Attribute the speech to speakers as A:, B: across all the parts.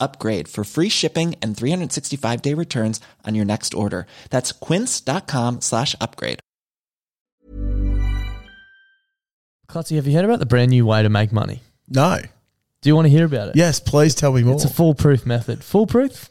A: upgrade for free shipping and 365 day returns on your next order. That's quince.com slash upgrade.
B: Clutzy, have you heard about the brand new way to make money?
C: No.
B: Do you want to hear about it?
C: Yes, please tell me more.
B: It's a foolproof method. Foolproof?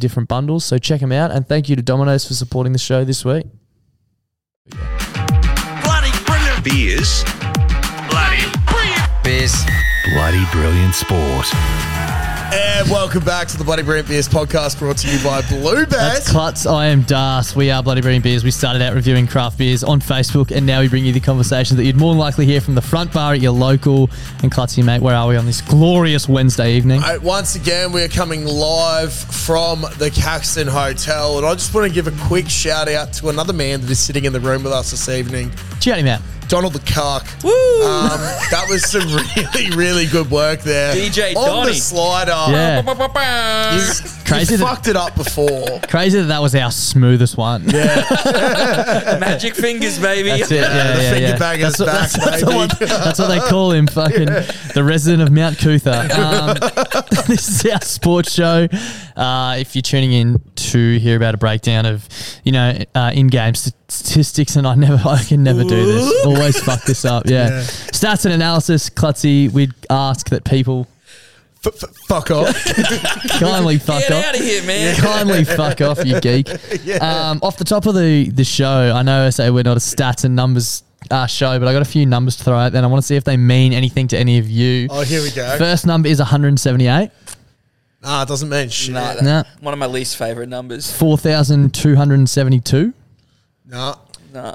B: different bundles, so check them out. And thank you to Domino's for supporting the show this week.
D: Bloody brilliant.
E: Beers.
D: Bloody brilliant.
E: Bloody brilliant sport.
C: And welcome back to the Bloody Brent Beers podcast brought to you by Blue
B: That's
C: Bears.
B: Klutz. I am Das. We are Bloody Brewing Beers. We started out reviewing craft beers on Facebook, and now we bring you the conversation that you'd more than likely hear from the front bar at your local. And Klutzy, mate, where are we on this glorious Wednesday evening?
C: Uh, Once again, we are coming live from the Caxton Hotel, and I just want to give a quick shout out to another man that is sitting in the room with us this evening,
B: Shout him out.
C: Donald the Cark. Woo! Um, that was some really, really good work there.
F: DJ
C: on the
F: Donny.
C: slider.
B: Yeah.
C: You,
B: Crazy
C: you
B: that-
C: fucked it up before.
B: Crazy that that was our smoothest one. Yeah,
F: Magic fingers, baby.
B: that's it. Yeah,
C: the
B: yeah,
C: finger
B: yeah.
C: bang
B: That's
C: is
B: what,
C: back,
B: that's, that's
C: baby.
B: what, that's what they call him, fucking the resident of Mount Cootha. Um, this is our sports show. Uh, if you're tuning in to hear about a breakdown of, you know, uh, in-game st- statistics, and I never, I can never do this. Always fuck this up. Yeah. Stats and analysis, Klutzy. We'd ask that people
C: F- f- fuck off.
B: kindly fuck
F: Get
B: off.
F: out of here, man.
B: Kindly fuck off, you geek. Um, off the top of the, the show, I know I say we're not a stats and numbers uh, show, but I got a few numbers to throw out there, and I want to see if they mean anything to any of you.
C: Oh, here we go.
B: First number is 178,
C: Nah, it doesn't mean shit.
F: Nah,
C: Nah.
F: that-
B: No.
F: One of my least favorite numbers.
B: 4,272,
C: Nah.
F: Nah.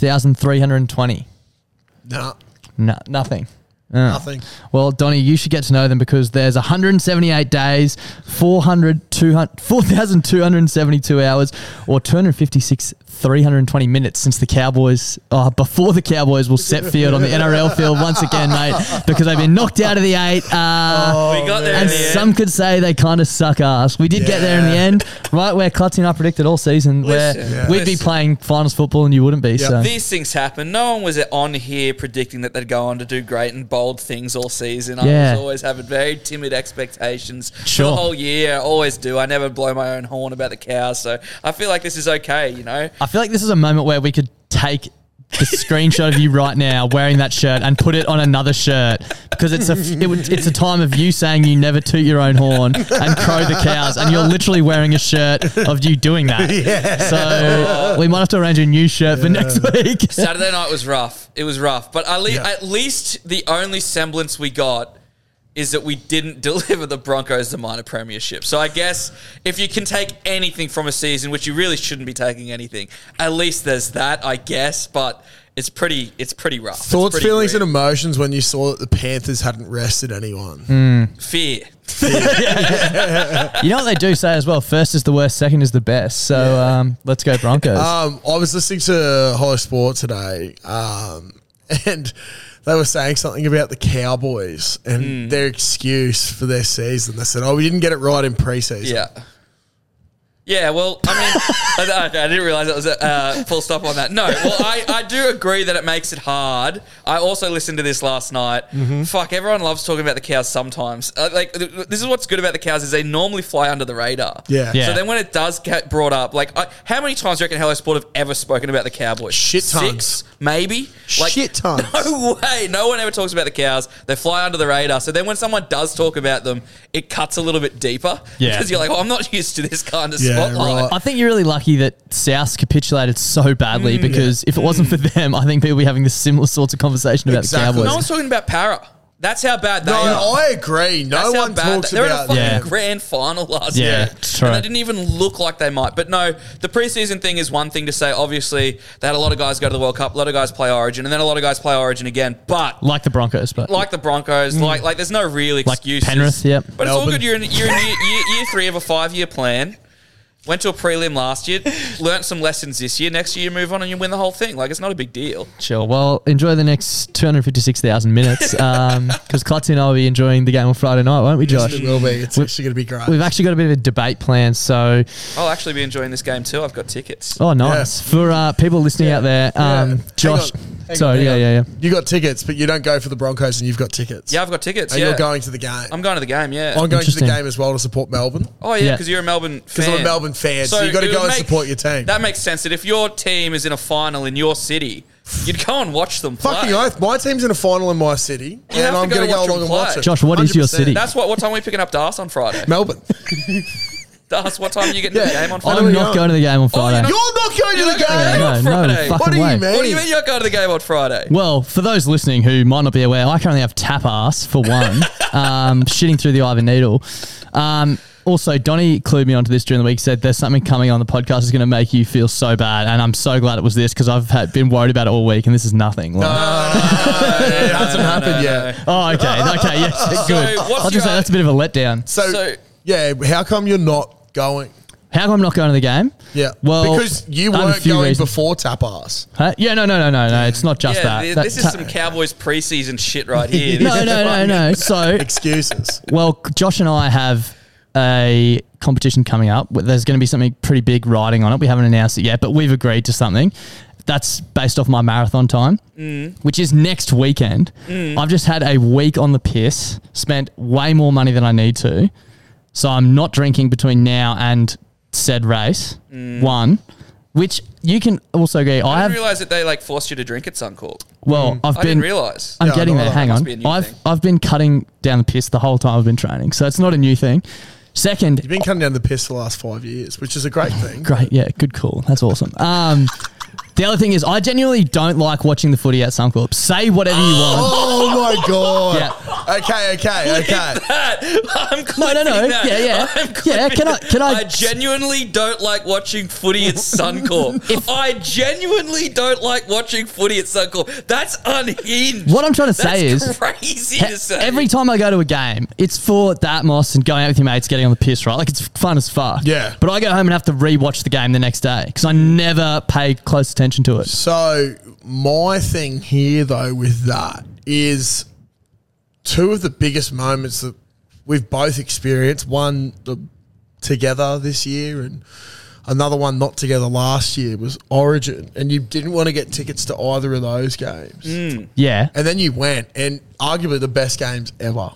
B: 256,320. No, nothing.
C: Nothing.
B: Well, Donnie, you should get to know them because there's 178 days, 400, 200 4,272 hours, or 256,320 320 minutes since the Cowboys, uh, before the Cowboys will set field on the NRL field once again, mate, because they've been knocked out of the eight. Uh,
F: we got there in
B: and
F: the end.
B: some could say they kind of suck ass. We did get there in the
C: Yeah.
B: end, right where Clutzy and I predicted all season, where
F: Listen, Yeah.
B: we'd be
F: listen.
B: playing finals football and you wouldn't be. So
F: These things happen. No one was on here predicting that they'd go on to do great and bold things all season. I
B: Yeah.
F: was always having very timid expectations for
B: Sure.
F: the whole year. I always do. I never blow my own horn about the cows, so I feel like this is okay. You know,
B: I feel like this is a moment where we could take the screenshot of you right now wearing that shirt and put it on another shirt because it's a it would, it's a time of you saying you never toot your own horn and crow the cows and you're literally wearing a shirt of you doing that. So we might have to arrange a new shirt for next week.
F: Saturday night was rough. It was rough, but at, le- at least the only semblance we got is that we didn't deliver the Broncos the minor premiership. So I guess if you can take anything from a season, which you really shouldn't be taking anything, at least there's that, I guess. But it's pretty, it's pretty rough. It's
C: Thoughts,
F: pretty
C: feelings,
F: grim.
C: and emotions when you saw that the Panthers hadn't rested anyone.
B: Hmm.
F: fear.
B: You know what they do say as well? First is the worst, second is the best. So um, let's go Broncos.
C: Um, I was listening to Hollow Sport today, um, and they were saying something about the Cowboys and
F: Hmm.
C: their excuse for their season. They said, "Oh, we didn't get it right in preseason."
F: Yeah. Yeah, well, I mean, I, I- I didn't realize that was a uh, full stop on that. No, well, I, I do agree that it makes it hard. I also listened to this last night. Fuck, everyone loves talking about the cows sometimes. Uh, like, th- th- this is what's good about the cows is they normally fly under the radar.
C: Yeah. Yeah.
F: So then when it does get brought up, like, I, how many times do you reckon Hello Sport have ever spoken about the Cowboys?
C: Shit tons.
F: Six, maybe.
C: Shit tons.
F: No way. No one ever talks about the cows. They fly under the radar. So then when someone does talk about them, it cuts a little bit deeper.
B: Yeah.
F: Because you're like, oh, I'm not used to this kind of
C: Yeah,
F: spotlight.
C: right.
B: I think you're really lucky that South capitulated so badly because if it wasn't for them, I think people would be having the similar sorts of conversation about
C: Exactly.
B: the
F: No
B: Cowboys.
F: one's talking about para. That's how bad they
C: No,
F: are.
C: I agree. No
F: That's
C: one
F: how bad
C: talks
F: they- they're in a
C: about
F: fucking
B: Yeah.
F: grand final last
B: Yeah,
F: year.
B: it's true.
F: And they didn't even look like they might. But no, the preseason thing is one thing to say. Obviously, they had a lot of guys go to the World Cup, a lot of guys play Origin, and then a lot of guys play Origin again. But
B: like the Broncos, but
F: like the Broncos, like like there's no real excuses.
B: Mm. Penrith, yep.
F: But it's all
C: Melbourne.
F: good. You're in, you're in year, year, year three of a five year plan. Went to a prelim last year, learnt some lessons this year. Next year, you move on and you win the whole thing. Like it's not a big deal.
B: Sure. Well, enjoy the next 256,000 minutes because Clutzy and I will be enjoying the game on Friday night, won't we, Josh?
C: It will be. It's
B: We-
C: actually going to be great.
B: We've actually got a bit of a debate planned. So,
F: I'll actually be enjoying this game too. I've got tickets.
B: oh, nice. For uh, people listening out there, um,
C: Hang
B: Josh.
C: on. Hang on,
B: sorry,
C: hang
B: yeah,
C: on.
B: yeah, yeah.
C: You got tickets, but you don't go for the Broncos, and you've got tickets.
F: Yeah, I've got tickets.
C: and
F: yeah,
C: you're going to the game.
F: I'm going to the game. Yeah.
C: I'm going to the
B: Interesting.
C: game as well to support Melbourne.
F: Oh yeah,
B: Yeah.
F: because you're a Melbourne. Because
C: I'm a Melbourne fan, so you gotta go and support your team.
F: That makes sense. That if your team is in a final in your city, you'd go and watch them. Play.
C: Fucking oath. My team's in a final in my city,
F: You
C: and
F: have to
C: I'm
F: go
C: going to go
F: watch
C: along and
F: them
C: watch
F: play.
C: it.
B: Josh, what is your
C: 100%.
B: city?
F: That's what. What time are we picking up Darce on Friday?
C: Melbourne.
F: Darce, what time are you getting to the
C: Yeah.
F: game on
C: I
F: Friday?
C: don't
B: I'm
C: know.
B: not going to the game on Friday.
F: not-
C: Oh, You're not going to
F: You're
C: the
F: not going
C: game.
F: to
B: no,
F: on
B: no,
F: Friday.
B: fucking
C: What do you
B: way.
C: mean?
F: What do you mean you're not going to the game on Friday?
B: Well, for those listening who might not be aware, I currently have tap ass for one, um, shitting through the eye of a needle. Um, also, Donnie clued me onto this during the week. Said there's something coming on the podcast that's going to make you feel so bad, and I'm so glad it was this because I've had, been worried about it all week, and this is nothing. Like-
C: It hasn't happened yet.
B: Oh, okay, okay, yes, good.
F: what's
B: I'll
F: your-
B: just say that's a bit of a letdown.
C: So,
F: So-
C: yeah, how come you're not going?
B: How come I'm not going to the game?
C: Yeah,
B: well,
C: because you
B: I have a
C: weren't
B: few
C: going
B: reasons.
C: before Tapas.
B: Huh? Yeah, no, no, no, no, no. It's not just
F: yeah,
B: that.
F: th-
B: That
F: this is
B: ta-
F: some Cowboys preseason shit right here.
B: no, no, no, no. So
C: Excuses.
B: Well, Josh and I have a competition coming up. There's going to be something pretty big riding on it. We haven't announced it yet, but we've agreed to something. That's based off my marathon time,
F: Mm.
B: which is next weekend. I've just had a week on the piss, spent way more money than I need to. So I'm not drinking between now and said race, one, which you can also agree. I,
F: Mm. I
B: have,
F: didn't realize that they like forced you to drink at Suncorp.
B: well, I've
F: I
B: been.
F: didn't realize.
B: I'm
C: No,
B: getting
C: no,
B: there.
C: that
B: Hang
F: must
B: on.
F: be a new
B: I've
F: thing.
B: I've been cutting down the piss the whole time I've been training, so it's not a new thing. Second,
C: You've been cutting down the piss for the last five years, which is a great thing.
B: great, yeah, good call. That's awesome. Um, The other thing is, I genuinely don't like watching the footy at some clubs. Say whatever you want.
C: Oh my god.
B: Yeah.
C: Okay, okay, okay.
F: I'm clipping
B: no, no.
F: that.
B: Yeah, yeah.
F: I'm
B: Yeah,
F: clipping
B: can I-
F: it.
B: can I-
F: I genuinely don't like watching footy at Suncorp. I genuinely don't like watching footy at Suncorp. That's unhinged.
B: What I'm trying to
F: Oh, That's
B: say is-
F: crazy to say.
B: Every time I go to a game, it's for that moss and going out with your mates, getting on the piss, right? Like it's fun as fuck.
C: Yeah.
B: But I go home and have to rewatch the game the next day because I never pay close attention to it.
C: So my thing here, though, with that is two of the biggest moments that we've both experienced. One the, together this year, and another one not together last year was Origin, and you didn't want to get tickets to either of those games,
B: Yeah.
C: and then you went, and arguably the best games ever,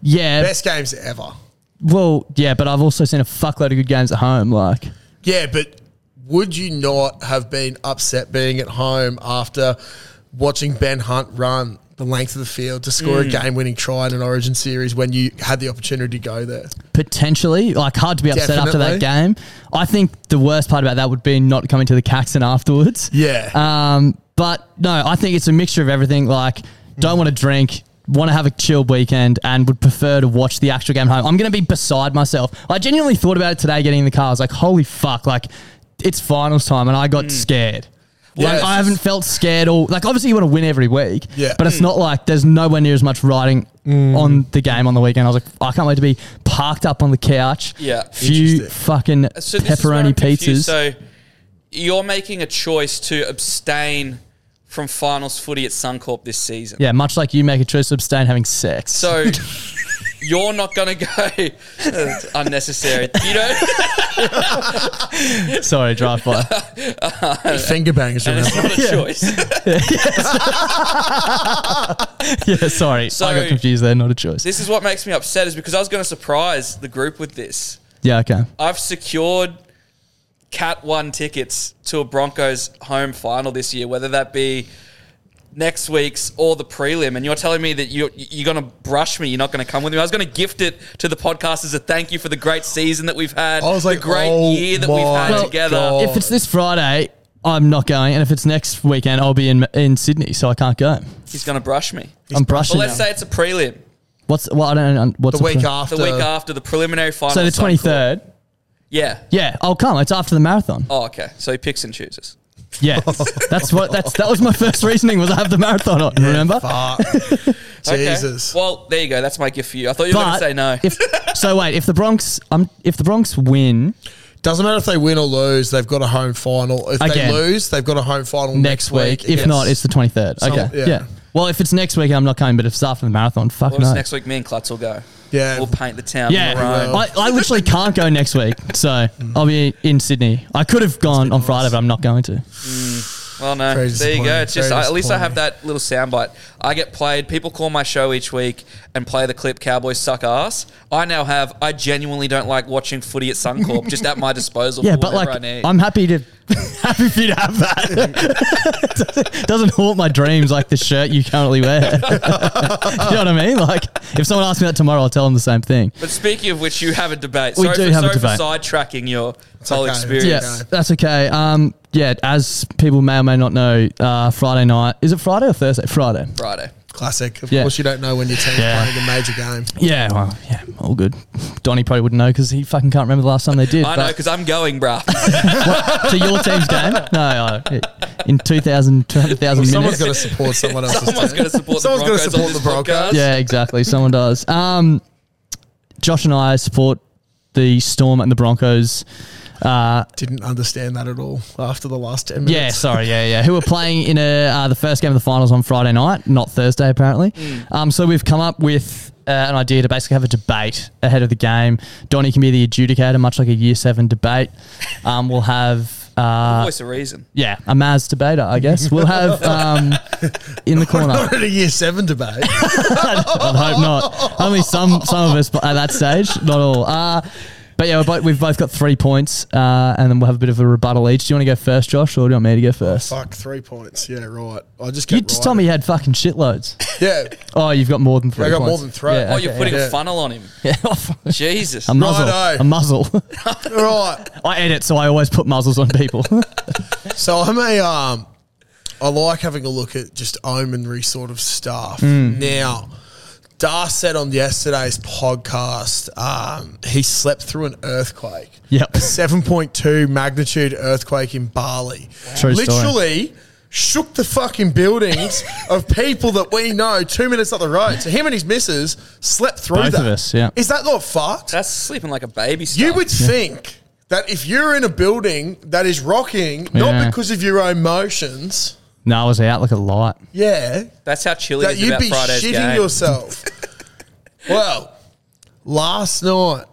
B: Yeah.
C: best games ever.
B: Well, yeah, but I've also seen a fuckload of good games at home. Like,
C: Yeah, but would you not have been upset being at home after watching Ben Hunt run the length of the field to score a game winning try in an Origin series when you had the opportunity to go there?
B: potentially, like, hard to be upset after that
C: Definitely.
B: game. I think the worst part about that would be not coming to the Caxton afterwards.
C: Yeah.
B: Um, but no, I think it's a mixture of everything. Like, don't want to drink, want to have a chill weekend, and would prefer to watch the actual game at home. I'm going to be beside myself. I genuinely thought about it today getting in the car. I was like, holy fuck, like, it's finals time, and I
F: Hmm.
B: got scared.
C: Yeah,
B: like,
C: it's
B: I haven't felt scared or like obviously you want to win every week,
C: Yeah.
B: but it's
F: Hmm.
B: not like there's nowhere near as much riding on the game on the weekend. I was like, I can't wait to be parked up on the couch.
F: Yeah.
B: few
C: Interesting.
B: fucking
F: So this is where
B: pepperoni
F: I'm
B: pizzas.
F: confused. So you're making a choice to abstain from finals footy at Suncorp this season.
B: yeah, much like you make a choice to abstain having sex.
F: So you're not going to go That's unnecessary. You know,
B: Sorry, drive by.
C: Uh, Finger bangers,
F: it's
C: remember?
F: not a choice.
B: yeah, sorry. I
F: So-
B: got confused there. Not a choice.
F: this is what makes me upset is because I was going to surprise the group with this.
B: yeah, okay.
F: I've secured Cat 1 tickets to a Broncos home final this year, whether that be next week's or the prelim. And you're telling me that you're, you're going to brush me, you're not going to come with me. I was going to gift it to the podcast as a thank you for the great season that we've had,
C: I was like,
F: the great
C: oh
F: year that we've
C: my
F: had
B: Well,
F: together.
C: God.
B: If it's this Friday, I'm not going. And if it's next weekend, I'll be in in Sydney, so I can't go.
F: He's going to brush me.
B: I'm brushing.
F: Well, let's
B: now.
F: say it's a prelim.
B: what's well, I don't know. What's
C: The week
B: pre-
C: after.
F: The week after the preliminary final.
B: So the
F: at Suncorp.
B: 23rd.
F: Yeah.
B: Yeah, I'll come. It's after the marathon.
F: Oh, okay. So he picks and chooses.
B: Yeah, that's what. That's that was my first reasoning was I have the marathon on. remember?
C: Fuck. Jesus.
F: Okay. Well, there you go. That's my gift for you. I thought you were going to
B: But
F: say no.
B: if so, wait. If the Bronx, um, if the Bronx win
C: Doesn't matter if they win or lose, they've got a home final. If
B: Again.
C: they lose, they've got a home final
B: next week, if
C: against-
B: not, it's the twenty third.
C: Some-
B: Okay, yeah.
C: yeah.
B: Well, if it's next week, I'm not coming. But if it's after the marathon, fuck
F: Well,
B: no.
F: it's next week, me and Klutz will go.
C: Yeah.
F: We'll paint the town.
B: Yeah,
F: maroon.
B: I, I literally can't go next week, so I'll be in Sydney. I could have gone on Friday, but I'm not going to.
F: Well, no.
C: Very
F: there you go. It's just,
C: disappointing.
F: I, at least I have
C: Very
F: that little soundbite. I get played. People call my show each week and play the clip Cowboys suck ass. I now have, I genuinely don't like watching footy at Suncorp, just at my disposal.
B: Yeah,
F: for
B: but
F: whatever
B: like
F: I need.
B: I'm happy to happy for you to have that. Doesn't haunt my dreams like the shirt you currently wear. you know what I mean? Like if someone asks me that tomorrow, I'll tell them the same thing.
F: But speaking of which, you have a debate.
B: We
F: sorry
B: do
F: for,
B: have a
F: sorry
B: debate.
F: for sidetracking your whole
C: okay.
F: experience.
B: Yeah,
C: Okay.
B: that's okay. Um, yeah, as people may or may not know, uh, Friday night is it Friday or Thursday? Friday.
F: Friday.
C: classic. Of
B: Yeah.
C: course, you don't know when your team's
B: Yeah.
C: playing a major game.
B: Yeah, well, yeah, all good. Donnie probably wouldn't know because he fucking can't remember the last time they did.
F: I know,
B: but-
F: because I'm going, bruh.
B: to your team's game? No, I, in 2,000, 200,000
C: Someone's
B: minutes.
C: got to support someone else's
F: Someone's
C: team.
F: going to support
C: Someone's
F: the
C: gotta
F: Broncos.
C: support
F: on
C: the
F: this
C: Broncos.
F: podcast.
B: yeah, exactly. Someone does. Um, Josh and I support the Storm and the Broncos.
C: Didn't understand that at all after the last 10 minutes.
B: Yeah, sorry, yeah, yeah. Who are playing in a, uh, the first game of the finals on Friday night, not Thursday apparently. Um, so we've come up with uh, an idea to basically have a debate ahead of the game. Donnie can be the adjudicator, much like a Year Seven debate. Um, we'll have. Uh,
F: Voice of reason.
B: yeah, a Maz debater, I guess. We'll have um, in the corner.
C: Not at a year seven debate.
B: I'd hope not. Only some some of us at that stage, not all. Uh, but yeah, we're both, we've both got three points, uh, and then we'll have a bit of a rebuttal each. Do you want to go first, Josh, or do you want me to go first?
C: Fuck, three points. Yeah, right. I just
B: you
C: kept
B: just told me you had fucking shitloads.
C: Yeah.
B: Oh, you've got more than three.
C: I got
B: points.
C: more than three.
F: Oh, you're putting
C: yeah.
F: a funnel on him.
B: Yeah.
F: Jesus.
B: a muzzle.
C: Righto.
B: A muzzle.
C: Right.
B: I edit, so I always put muzzles on people.
C: So I'm a um, I like having a look at just omenry sort of stuff.
B: Hmm.
C: Now, Dar said on yesterday's podcast, um, he slept through an earthquake.
B: Yep.
C: a 7.2 magnitude earthquake in Bali.
B: True story.
C: Literally. Shook the fucking buildings of people that we know two minutes up the road. So him and his missus slept through
B: Both
C: that.
B: of us, yeah.
C: Is that not fucked?
F: That's sleeping like a baby. Star.
C: You would think that if you're in a building that is rocking,
B: Yeah.
C: not because of your own motions,
B: no, I was out like a light.
C: yeah,
F: That's how chilly it
C: that
F: is
C: you'd
F: about
C: be
F: Friday's
C: shitting
F: game.
C: yourself. well, last night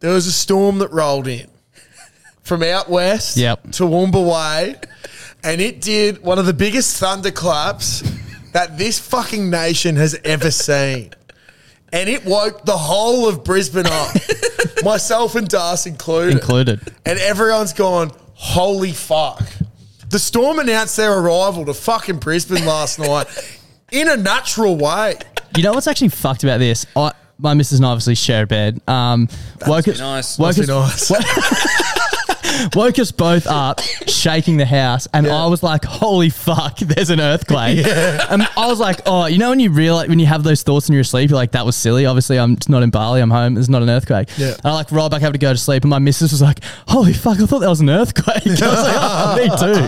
C: there was a storm that rolled in from out west
B: Yep.
C: to Toowoomba Way, and it did one of the biggest thunderclaps that this fucking nation has ever seen. And it woke the whole of Brisbane up, myself and Das included.
B: Included.
C: And everyone's gone, holy fuck. The Storm announced their arrival to fucking Brisbane last night in a natural way.
B: You know what's actually fucked about this? I, my missus and I obviously share a bed. Um, woke us,
F: nice.
B: Woke
C: Must be
B: us,
C: nice.
B: woke us both up, shaking the house, and I was like, "Holy fuck! There's an earthquake!" And I was like, "Oh, you know when you realize when you have those thoughts and you're asleep, you're like, that was silly. Obviously, I'm it's not in Bali. I'm home. There's not an earthquake."
C: Yeah.
B: And I like rolled back up to go to sleep, and my missus was like, "Holy fuck! I thought that was an earthquake." I was like, oh,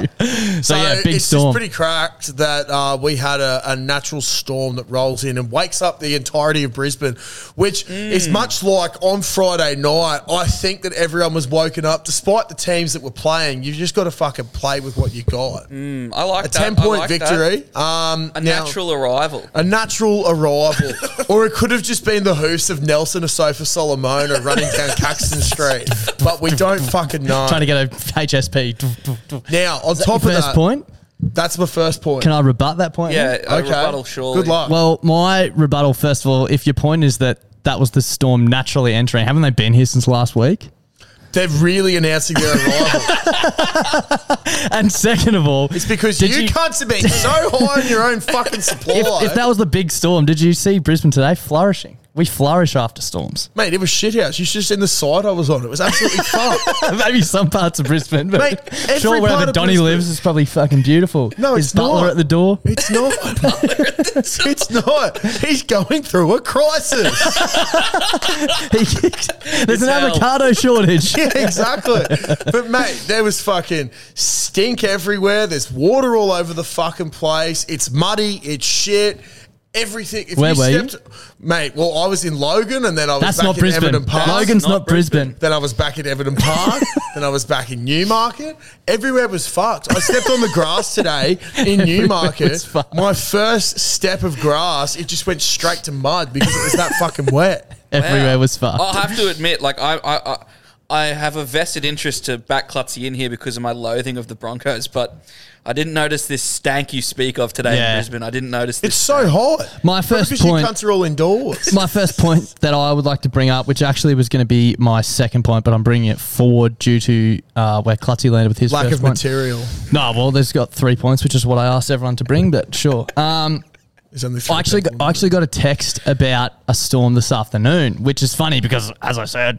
B: "Me too." So, yeah, big
C: it's
B: storm.
C: just pretty cracked that uh, we had a, a natural storm that rolls in and wakes up the entirety of Brisbane, which
F: Mm.
C: is much like on Friday night. I think that everyone was woken up, despite the teams that were playing. You've just got to fucking play with what you got.
F: I like
C: A
F: that.
C: ten
F: Mm. I
C: point
F: like that.
C: victory. Um,
F: A
C: now-
F: natural arrival.
C: a natural arrival, or it could have just been the hoofs of Nelson Asofa Solomona running down Caxton Street, but we don't fucking know.
B: Trying to get a HSP.
C: now, on top of
B: First
C: that,
B: point.
C: that's my first point.
B: Can I rebut that point?
F: Yeah, a
C: okay.
F: rebuttal surely.
C: Good luck.
B: Well, my rebuttal, first of all, if your point is that that was the storm naturally entering, haven't they been here since last week?
C: They're really announcing their arrival.
B: And second of all,
C: it's because
B: Did
C: you,
B: you-
C: cunts have been so high on your own fucking supply.
B: if, if that was the big storm, did you see Brisbane today flourishing? We flourish after storms.
C: Mate, it was shithouse. You should have seen the side I was on. It was absolutely fucked.
B: Maybe some parts of Brisbane, but
C: Mate, every
B: sure,
C: part
B: wherever
C: of
B: Donny
C: Brisbane-
B: lives is probably fucking beautiful.
C: No,
B: His
C: it's
B: butler
C: not.
B: at the door.
C: It's not. it's not. He's going through a crisis.
B: There's an
F: hell.
B: avocado shortage.
C: yeah, exactly. But mate, there was fucking stink everywhere. There's water all over the fucking place. It's muddy. It's shit. Everything. If
B: Where were you?
C: mate? Well, I was in Logan, and then I was
B: That's
C: back
B: not
C: in
B: Brisbane.
C: Everton Park.
B: Logan's not,
F: not
B: Brisbane.
C: Then I was back in Everton Park. then I was back in Newmarket. Everywhere was fucked. I stepped on the grass today in
B: was
C: Newmarket.
B: fucked.
C: My first step of grass, it just went straight to mud because it was that fucking wet.
B: Everywhere was fucked.
F: I'll have to admit, like I, I, I, I have a vested interest to back Klutzy in here because of my loathing of the Broncos, but I didn't notice this stank you speak of today
B: Yeah.
F: in Brisbane. I didn't notice this.
C: It's so hot.
B: My first
C: because
B: point-
C: you cunts are all indoors.
B: my first point that I would like to bring up, which actually was going to be my second point, but I'm bringing it forward due to uh, where Clutzy landed with his
C: Lack
B: first
C: of
B: point.
C: material.
B: No, well, there's got three points, which is what I asked everyone to bring. But sure, um,
C: There's only three
B: I actually got,
C: people.
B: I actually got a text about a storm this afternoon, which is funny because, as I said,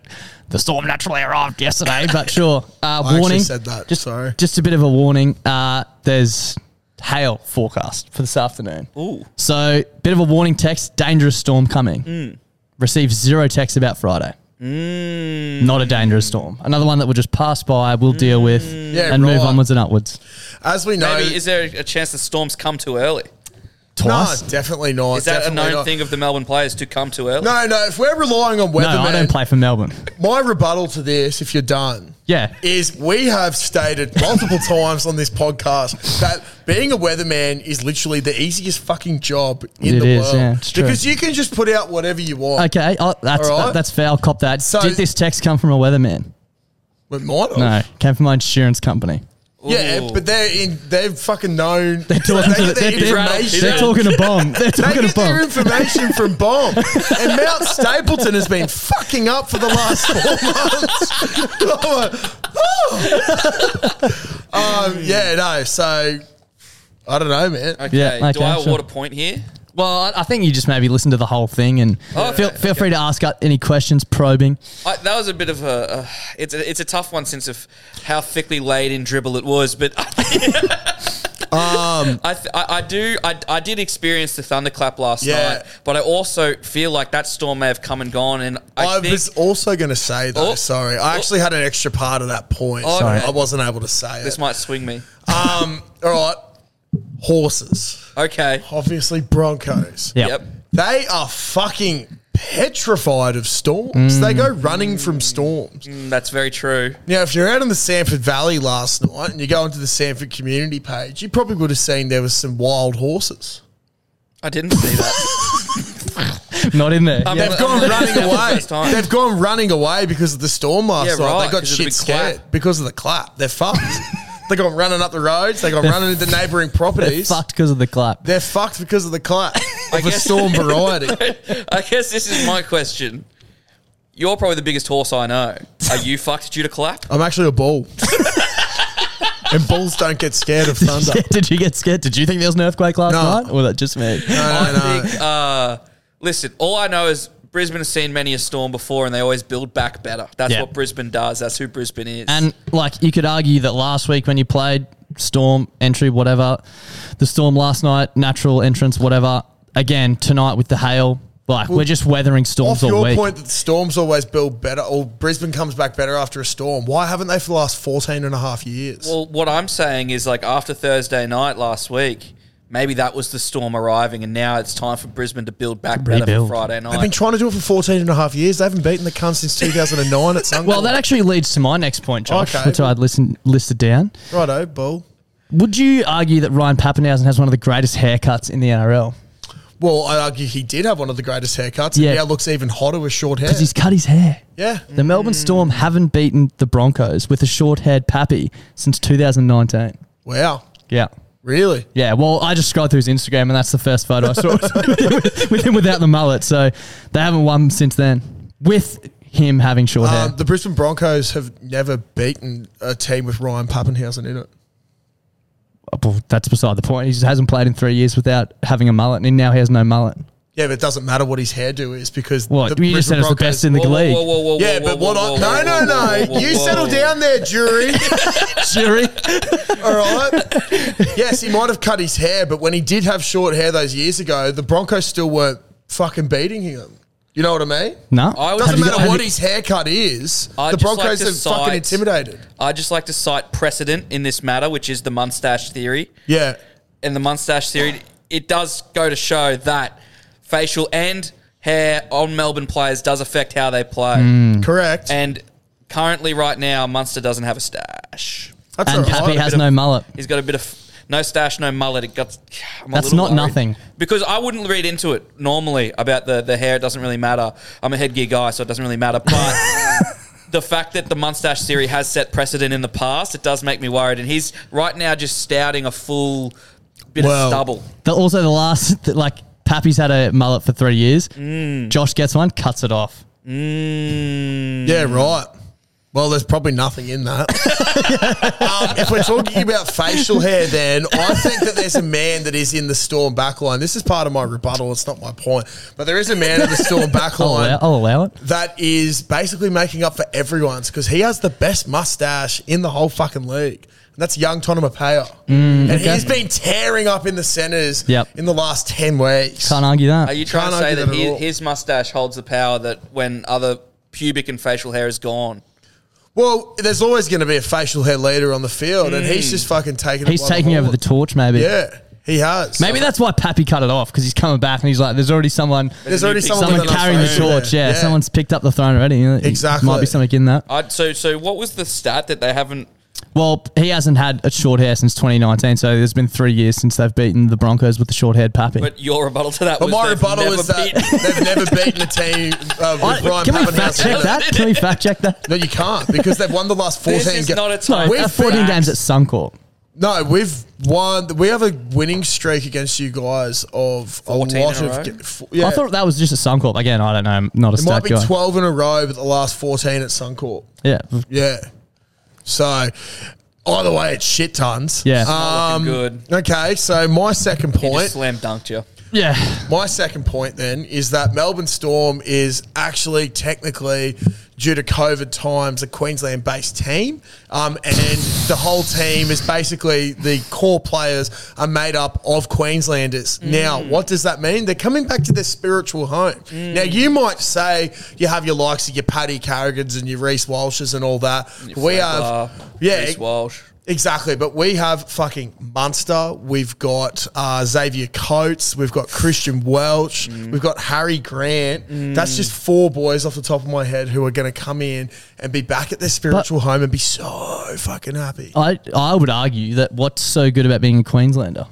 B: the storm naturally arrived yesterday. But sure, uh,
C: actually
B: warning.
C: said that,
B: Just,
C: sorry.
B: just a bit of a warning. Uh, there's hail forecast for this afternoon.
F: Ooh.
B: So, bit of a warning text. Dangerous storm coming. Received zero texts about Friday. Not a dangerous storm. Another one that will just pass by. We'll deal with
C: Yeah,
B: and move
C: right.
B: onwards and upwards.
C: As we know,
F: Maybe is there a chance the storms come too early?
C: no,
B: Twice.
C: definitely not.
F: Is that a
C: Oh, definitely
F: known
C: not.
F: thing of the Melbourne players to come too early?
C: No, no. If we're relying on
B: No,
C: weathermen,
B: I don't play for Melbourne.
C: my rebuttal to this, if you're done,
B: Yeah.
C: is we have stated multiple times on this podcast that being a weatherman is literally the easiest fucking job in
B: It
C: the
B: is,
C: world
B: yeah, it's true.
C: because you can just put out whatever you want.
B: Okay, oh, that's
C: All right.
B: that- that's foul. Cop that.
C: So-
B: Did this text come from a weatherman?
C: It might have.
B: No, came from my insurance company.
C: Yeah,
F: Ooh.
C: but they're in. They've fucking known.
B: They're talking,
C: they
B: to,
C: get
B: they're,
C: their
B: they're,
C: information-
B: they're talking to bomb. They're
C: They
B: talking
C: get
B: to
C: their
B: bomb.
C: information from Bomb. And Mount Stapleton has been fucking up for the last four months. I'm like, "Oh." um, yeah, no. So, I don't know, man.
F: Okay.
B: Yeah,
F: Do
B: okay,
F: I award
B: sure.
F: a point here?
B: Well, I- I think you just maybe listen to the whole thing and
F: Oh,
B: feel,
F: okay,
B: feel free to ask uh, any questions, probing.
F: I, that was a bit of a. Uh, it's a, it's a tough one since of how thickly laid in dribble it was, but
C: Um,
F: I, th- I I do I, I did experience the thunderclap last
C: Yeah.
F: night, but I also feel like that storm may have come and gone, and I,
C: I,
F: think
C: was also going to say though.
F: Oh.
C: sorry, I actually had an extra part of that point, so
F: Sorry.
C: I wasn't able to say
F: this
C: it.
F: might swing me.
C: um, all right, horses.
F: Okay.
C: Obviously, Broncos.
B: Yeah.
F: Yep.
C: They are fucking petrified of storms. They go running from storms.
F: Mm, That's very true.
C: Now, if you're out in the Sanford Valley last night and you go into the Sanford community page, you probably would have seen there was some wild horses.
F: I didn't see that.
B: Not in there.
F: I'm
B: Yeah.
C: They've gone
F: I'm-
C: running
F: for the
C: away.
F: first time.
C: They've gone running away because of the storm last
F: Yeah,
C: night.
F: right,
C: they got
F: 'cause of the
C: shit
F: big
C: scared
F: clap.
C: because of the clap. They're fucked. they got running up the roads. They got running into neighbouring properties.
B: Fucked because of the clap.
C: They're fucked because of the clap of a
F: guess-
C: storm variety.
F: I guess this is my question. You're probably the biggest horse I know. Are you fucked due to clap?
C: I'm actually a bull. and bulls don't get scared of thunder.
B: Yeah, Did you get scared? Did you think there was an earthquake last
C: No.
B: night? Or that just me?
C: No, no, no.
F: I think. Uh, listen, all I know is Brisbane has seen many a storm before, and they always build back better. That's
B: Yeah.
F: what Brisbane does. That's who Brisbane is.
B: And like you could argue that last week when you played storm entry whatever, the storm last night natural entrance whatever. Again tonight with the hail, like we're just weathering
C: Off
B: storms all
C: your
B: week.
C: point that the storms always build better, or Brisbane comes back better after a storm. Why haven't they for the last 14 and a half years?
F: well, what I'm saying is, like after Thursday night last week, maybe that was the storm arriving, and now it's time for Brisbane to build back better for
B: Rebuild.
F: Friday
C: They've been
F: night.
C: trying to do it for 14 and a half years. They haven't beaten the cunt since 2009 at some
B: Well, that actually leads to my next point, Josh,
C: Okay.
B: which I'd listen listed down.
C: Righto, bull.
B: Would you argue that Ryan Pappenhausen has one of the greatest haircuts in the NRL?
C: Well, I argue he did have one of the greatest haircuts. Yeah.
B: Yeah.
C: And now looks even hotter with short hair.
B: Because he's cut his hair.
C: yeah.
B: The Melbourne Storm haven't beaten the Broncos with a short-haired Pappy since 2019.
C: Wow.
B: Yeah.
C: Really?
B: Yeah, well, I just scrolled through his Instagram and that's the first photo I saw with him without the mullet. So they haven't won since then with him having short hair.
C: Um, the Brisbane Broncos have never beaten a team with Ryan Pappenhausen in it.
B: Oh, Well, that's beside the point. He just hasn't played in three years without having a mullet and now he has no mullet.
C: Yeah, but it doesn't matter what his hairdo is because
B: What? you just said it's the best in the league.
F: whoa, whoa,
C: Yeah,
F: whoa,
C: but
F: whoa,
C: what
F: whoa,
C: I.
F: whoa,
C: No,
F: whoa,
C: no,
F: whoa,
C: no. You
F: whoa,
C: settle
F: whoa.
C: down there, jury.
B: Jury?
C: All right. Yes, he might have cut his hair, but when he did have short hair those years ago, the Broncos still weren't fucking beating him. You know what I mean?
B: No.
F: I would-
B: Have
C: Doesn't
B: you got-
C: matter
B: have
C: what
B: you-
C: his haircut is.
F: I'd
C: the
F: just like
C: Broncos
F: to
C: are
F: cite-
C: fucking intimidated.
F: I'd just like to cite precedent in this matter, which is the mustache theory.
C: Yeah.
F: and the mustache theory, it does go to show that facial and hair on Melbourne players does affect how they play.
C: Mm. Correct.
F: And currently, right now, Munster doesn't have a stash.
C: That's
B: And
C: all right.
B: Pappy has
F: bit
B: no
F: of-
B: mullet.
F: He's got a bit of no stash, no mullet. It got. I'm a
B: That's
F: little
B: not
F: worried.
B: nothing.
F: because I wouldn't read into it normally about the the hair. It doesn't really matter. I'm a headgear guy, so it doesn't really matter. But. The fact that the mustache theory has set precedent in the past, it does make me worried. And he's right now just stouting a full bit
C: Well,
F: of stubble.
B: The, also, the last, th- like, Pappy's had a mullet for three years.
C: Mm.
B: Josh gets one, cuts it off.
C: yeah, right. Well, there's probably nothing in that. um, if we're talking about facial hair, then I think that there's a man that is in the Storm backline. This is part of my rebuttal. It's not my point, but there is a man in the
B: Oh,
C: Storm
B: I'll
C: backline
B: allow, I'll allow it.
C: that is basically making up for everyone's because he has the best mustache in the whole fucking league. And that's young Tonomapea. and he's been tearing up in the centres
B: Mm, Yep.
C: in the last 10 weeks.
B: Can't argue that.
F: Are you trying to
C: Can't
F: say
C: argue that
F: that
C: at
F: his,
C: all.
F: his mustache holds the power that when other pubic and facial hair is gone?
C: Well, there's always going to be a facial hair leader on the field, and
F: Mm.
C: he's just fucking taking it
B: He's
C: by
B: taking over the
C: horns.
B: torch, maybe.
C: Yeah, he has.
B: Maybe that's why Pappy cut it off because he's coming back and he's like, "There's already someone,
C: There's already someone,
B: someone
C: with enough
B: carrying the
C: facial hair.
B: torch. Yeah, someone's picked up the throne already. You know, it
C: Exactly.
B: might be something in that.
F: i so, so what was the stat that they haven't?
B: Well, he hasn't had a short hair since 2019, so there's been three years since they've beaten the Broncos with the short-haired Pappy.
F: But your rebuttal to that
C: But
F: was
C: my
F: they've
C: rebuttal
F: never
C: is that
F: beaten-
C: they've never beaten a team uh, with
B: I-
C: Ryan
B: can we
C: Pappenhausen
B: fact
C: in
B: check
C: it.
B: that? Can we fact check that?
C: No, you can't because they've won the last 14
F: this is
C: ga-
F: not a time.
B: No,
C: We've
B: uh, 14
C: been-
B: games at Suncorp.
C: No, we've won. We have a winning streak against you guys of a
F: 14 in
C: lot
F: a row?
C: of. ga- f- yeah,
B: I thought that was just at Suncorp. Again, I don't know. I'm not a
C: it might
B: stat
C: be
B: guy.
C: twelve in a row, but the last fourteen at Suncorp.
B: Yeah,
C: Yeah. So, either way, it's shit tons.
B: Yeah.
F: Not looking
C: Um,
F: good.
C: Okay, so my second
F: He just
C: point.
F: slam dunked you.
B: Yeah.
C: My second point then is that Melbourne Storm is actually technically due to COVID times a Queensland based team. Um, and the whole team is basically the core players are made up of Queenslanders. Now, what does that mean? They're coming back to their spiritual home. Now, you might say you have your likes of your Paddy Carrigans and your Reese Walshes and all that. we have, yeah,
F: Reece Walsh.
C: Exactly, but we have fucking Munster. We've got uh, Xavier Coates. We've got Christian Welch.
F: Mm.
C: We've got Harry Grant. That's just four boys off the top of my head who are going to come in and be back at their spiritual home and be so fucking happy.
F: Oh.
B: I, I would argue that what's so good about being a Queenslander?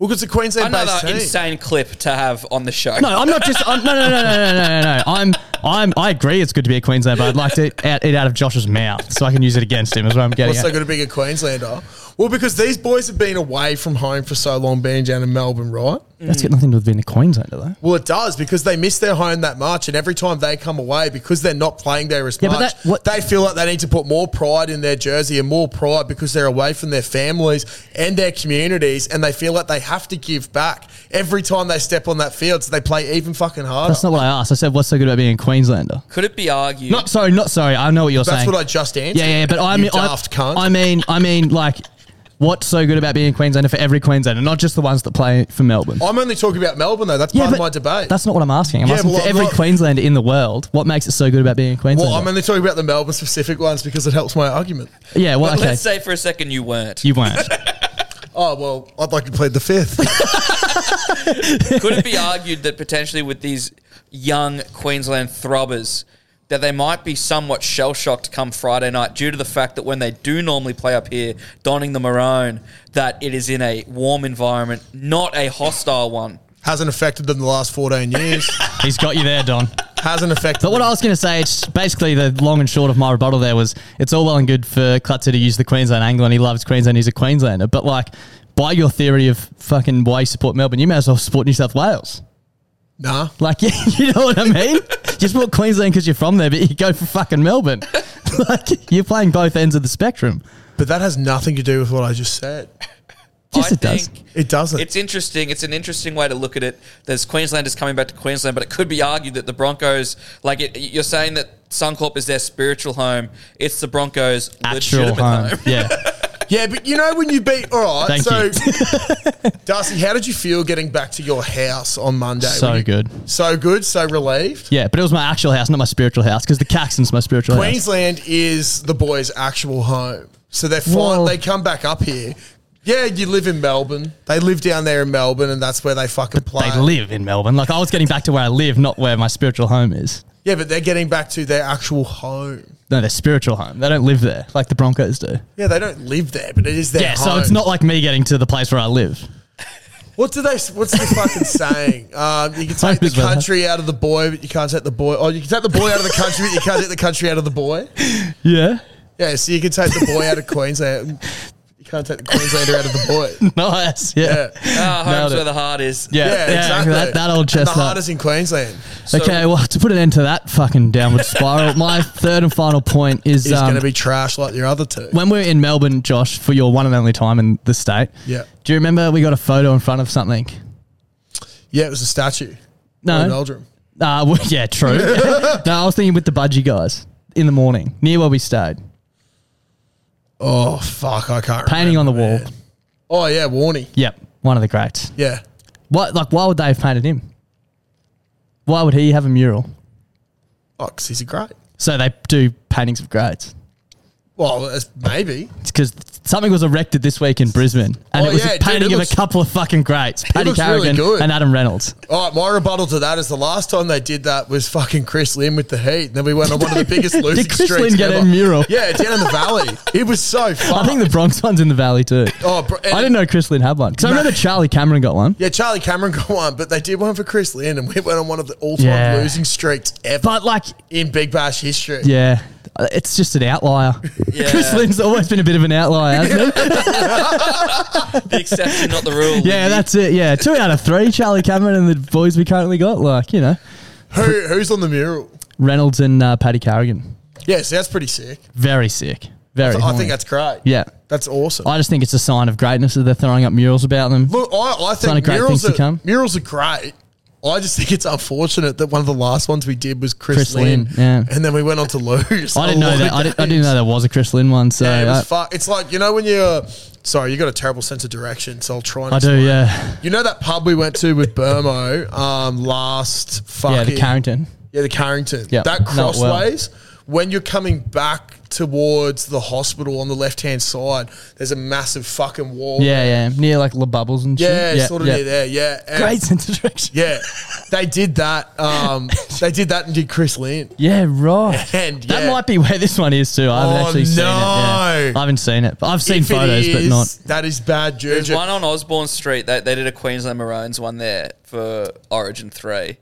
C: Well, it's a Queensland-based
F: Another
C: team.
F: insane clip to have on the show.
B: No, I'm not just. I'm, no, no, no, no, no, no, no, no. I'm, I'm, I agree it's good to be a Queenslander, but I'd like to eat out, it out of Josh's mouth so I can use it against him, is what I'm getting
C: What's so
B: at.
C: good at being a Queenslander? Well, because these boys have been away from home for so long, being down in Melbourne, right?
B: That's got nothing to do with being a Queenslander, though.
C: Well, it does because they miss their home that much, and every time they come away, because they're not playing there as
B: Yeah, but
C: much,
B: that- what-
C: they feel like they need to put more pride in their jersey and more pride because they're away from their families and their communities, and they feel like they have to give back every time they step on that field. So they play even fucking harder.
B: That's not what I asked. I said, what's so good about being a Queenslander?
F: Could it be argued?
B: Not sorry, not sorry. I know what you're
C: That's
B: saying.
C: what I just answered.
B: yeah, yeah, yeah, but I
C: You
B: mean, I,
C: daft cunt.
B: I mean, I mean, like, what's so good about being a Queenslander for every Queenslander, not just the ones that play for Melbourne?
C: I'm only talking about Melbourne though. That's part of my debate.
B: That's not what I'm asking. I'm
C: Yeah,
B: asking
C: well,
B: for
C: I'm
B: every
C: not-
B: Queenslander in the world. What makes it so good about being a Queenslander?
C: well, I'm only talking about the Melbourne specific ones because it helps my argument.
B: yeah, well,
F: But
B: okay.
F: Let's say for a second you weren't.
B: you weren't.
C: Oh well, I'd like to play the fifth.
F: Could it be argued that potentially with these young Queensland throbbers, that they might be somewhat shell shocked come Friday night due to the fact that when they do normally play up here, donning the maroon, that it is in a warm environment, not a hostile one.
C: Hasn't affected them the last 14 years.
B: He's got you there, Don.
C: Hasn't affected.
B: But what
C: them.
B: I was going to say, it's basically the long and short of my rebuttal there was it's all well and good for Clutzer to use the Queensland angle and he loves Queensland, he's a Queenslander. But, like, by your theory of fucking why you support Melbourne, you may as well support New South Wales.
C: nah.
B: Like, you know what I mean? you support Queensland because you're from there, but you go for fucking Melbourne. like, you're playing both ends of the spectrum.
C: But that has nothing to do with what I just said.
B: Yes,
F: I
B: it does.
F: think
C: It doesn't.
F: It's interesting. It's an interesting way to look at it. There's Queenslanders coming back to Queensland, but it could be argued that the Broncos, like it, you're saying that Suncorp is their spiritual home. It's the Broncos'
B: Actual
F: legitimate
B: home. Yeah.
C: yeah, but you know when you beat. All right,
B: Thank
C: so Darcy, how did you feel getting back to your house on Monday?
B: So
C: Were you-
B: good.
C: so good, so relieved.
B: Yeah, but it was my actual house, not my spiritual house, because the Caxton's my spiritual house.
C: Queensland is the boys' actual home, so they're fine.
B: Well-
C: they come back up here. Yeah, you live in Melbourne. They live down there in Melbourne, and that's where they fucking play.
B: They live in Melbourne. Like, I was getting back to where I live, not where my spiritual home is.
C: yeah, but they're getting back to their actual home.
B: No, their spiritual home. They don't live there like the Broncos do.
C: Yeah, they don't live there, but it is their
B: yeah,
C: home.
B: so it's not like me getting to the place where I live.
C: What do they? What's the fucking saying? Um, you can
B: Home
C: take the
B: is weather.
C: country out of the boy, but you can't take the boy. Oh, you can take the boy out of the country, but you can't take the country out of the boy.
B: Yeah.
C: Yeah, so you can take the boy out of Queensland. You can't take the Queenslander out of the boy.
B: Nice. Yeah.
C: Yeah,
F: Ah,
B: Nailed
F: home's
B: it.
F: where the heart is.
B: Yeah.
C: yeah, exactly.
B: That, that old
C: And the
B: chestnut.
C: heart is in Queensland.
B: okay, well, to put an end to that fucking downward spiral, my third and final point is,
C: It's
B: um,
C: going to be trash like your other two.
B: when we were in Melbourne, Josh, for your one and only time in the state.
C: Yeah.
B: Do you remember we got a photo in front of something?
C: Yeah, it was a statue.
B: No.
C: Oh, in Meldrum.
B: Uh, well, yeah, true. no, I was thinking with the budgie guys in the morning near where we stayed,
C: Oh fuck, I can't.
B: painting on the wall.
C: remember, man. Oh yeah, Warney.
B: Yep, one of the greats.
C: Yeah,
B: What? Like, why would they have painted him? Why would he have a mural?
C: oh, 'cause he's a great.
B: So they do paintings of greats.
C: Well, it's maybe.
B: It's because something was erected this week in Brisbane, and
C: Oh,
B: it was a
C: yeah, dude,
B: painting
C: it
B: of
C: looks-
B: a couple of fucking greats, Paddy
C: looks really
B: Carrigan
C: good.
B: and Adam Reynolds.
C: All right, my rebuttal to that is the last time they did that was fucking Chris Lynn with the Heat. And then we went on one of the biggest losing
B: Chris
C: streaks
B: Lynn get
C: ever.
B: a mural?
C: Yeah, down in the valley. It was so
B: I
C: fun.
B: think the Bronx one's in the Valley too.
C: oh, bro,
B: I didn't know Chris Lynn had one because I remember Charlie Cameron got one.
C: Yeah, Charlie Cameron got one, but they did one for Chris Lynn, and we went on one of the all-time
B: Yeah.
C: losing streaks ever
B: But like,
C: in Big Bash history.
B: yeah, it's just an outlier.
F: Yeah.
B: Chris Lynn's always been a bit of an outlier, hasn't he?
F: The exception, not the rule.
B: Yeah, that's it. Yeah, two out of three. Charlie Cameron and the boys we currently got, like you know,
C: Who, who's on the mural?
B: Reynolds and uh, Paddy Carrigan.
C: Yeah, so that's pretty sick.
B: Very sick. Very.
C: I think that's great.
B: Yeah.
C: That's awesome.
B: I just think it's a sign of greatness that they're throwing up murals about them.
C: Look, I, I
B: Sign
C: think
B: of great
C: murals
B: things to
C: are,
B: come.
C: murals are great. I just think it's unfortunate that one of the last ones we did was Chris,
B: Chris
C: Lynn,
B: Lynn, yeah.
C: and then we went on to lose. Oh
B: I didn't
C: a lot
B: know
C: of
B: that. I didn't, I
C: games.
B: didn't know there was a Chris Lynn one. So
C: Yeah, it
B: I-
C: was fu- It's like you know when you're sorry, you got a terrible sense of direction, so I'll try. And
B: I do,
C: explain.
B: yeah.
C: You know that pub we went to with Burmo um, last fucking
B: Yeah, the Carrington.
C: Yeah, the Carrington.
B: Yep,
C: That
B: know it well.
C: crossways, when you're coming back towards the hospital on the left hand side, there's a massive fucking wall.
B: Yeah, yeah. Near like La Bubbles and shit.
C: Yeah, sort of near there. Yeah. And-
B: Great sense of direction.
C: Yeah. They did that. Um, they did that and did Chris Lynn.
B: Yeah, right.
C: And yeah.
B: That might be where this one is too. I haven't
C: Oh,
B: actually seen it.
C: no.
B: Yeah. I haven't seen it. But I've seen
C: If it
B: photos, but
C: is,
B: not.
C: That is bad
F: There's
C: juju.
F: one on Osborne Street. They, they did a Queensland Maroons one there for Origin 3.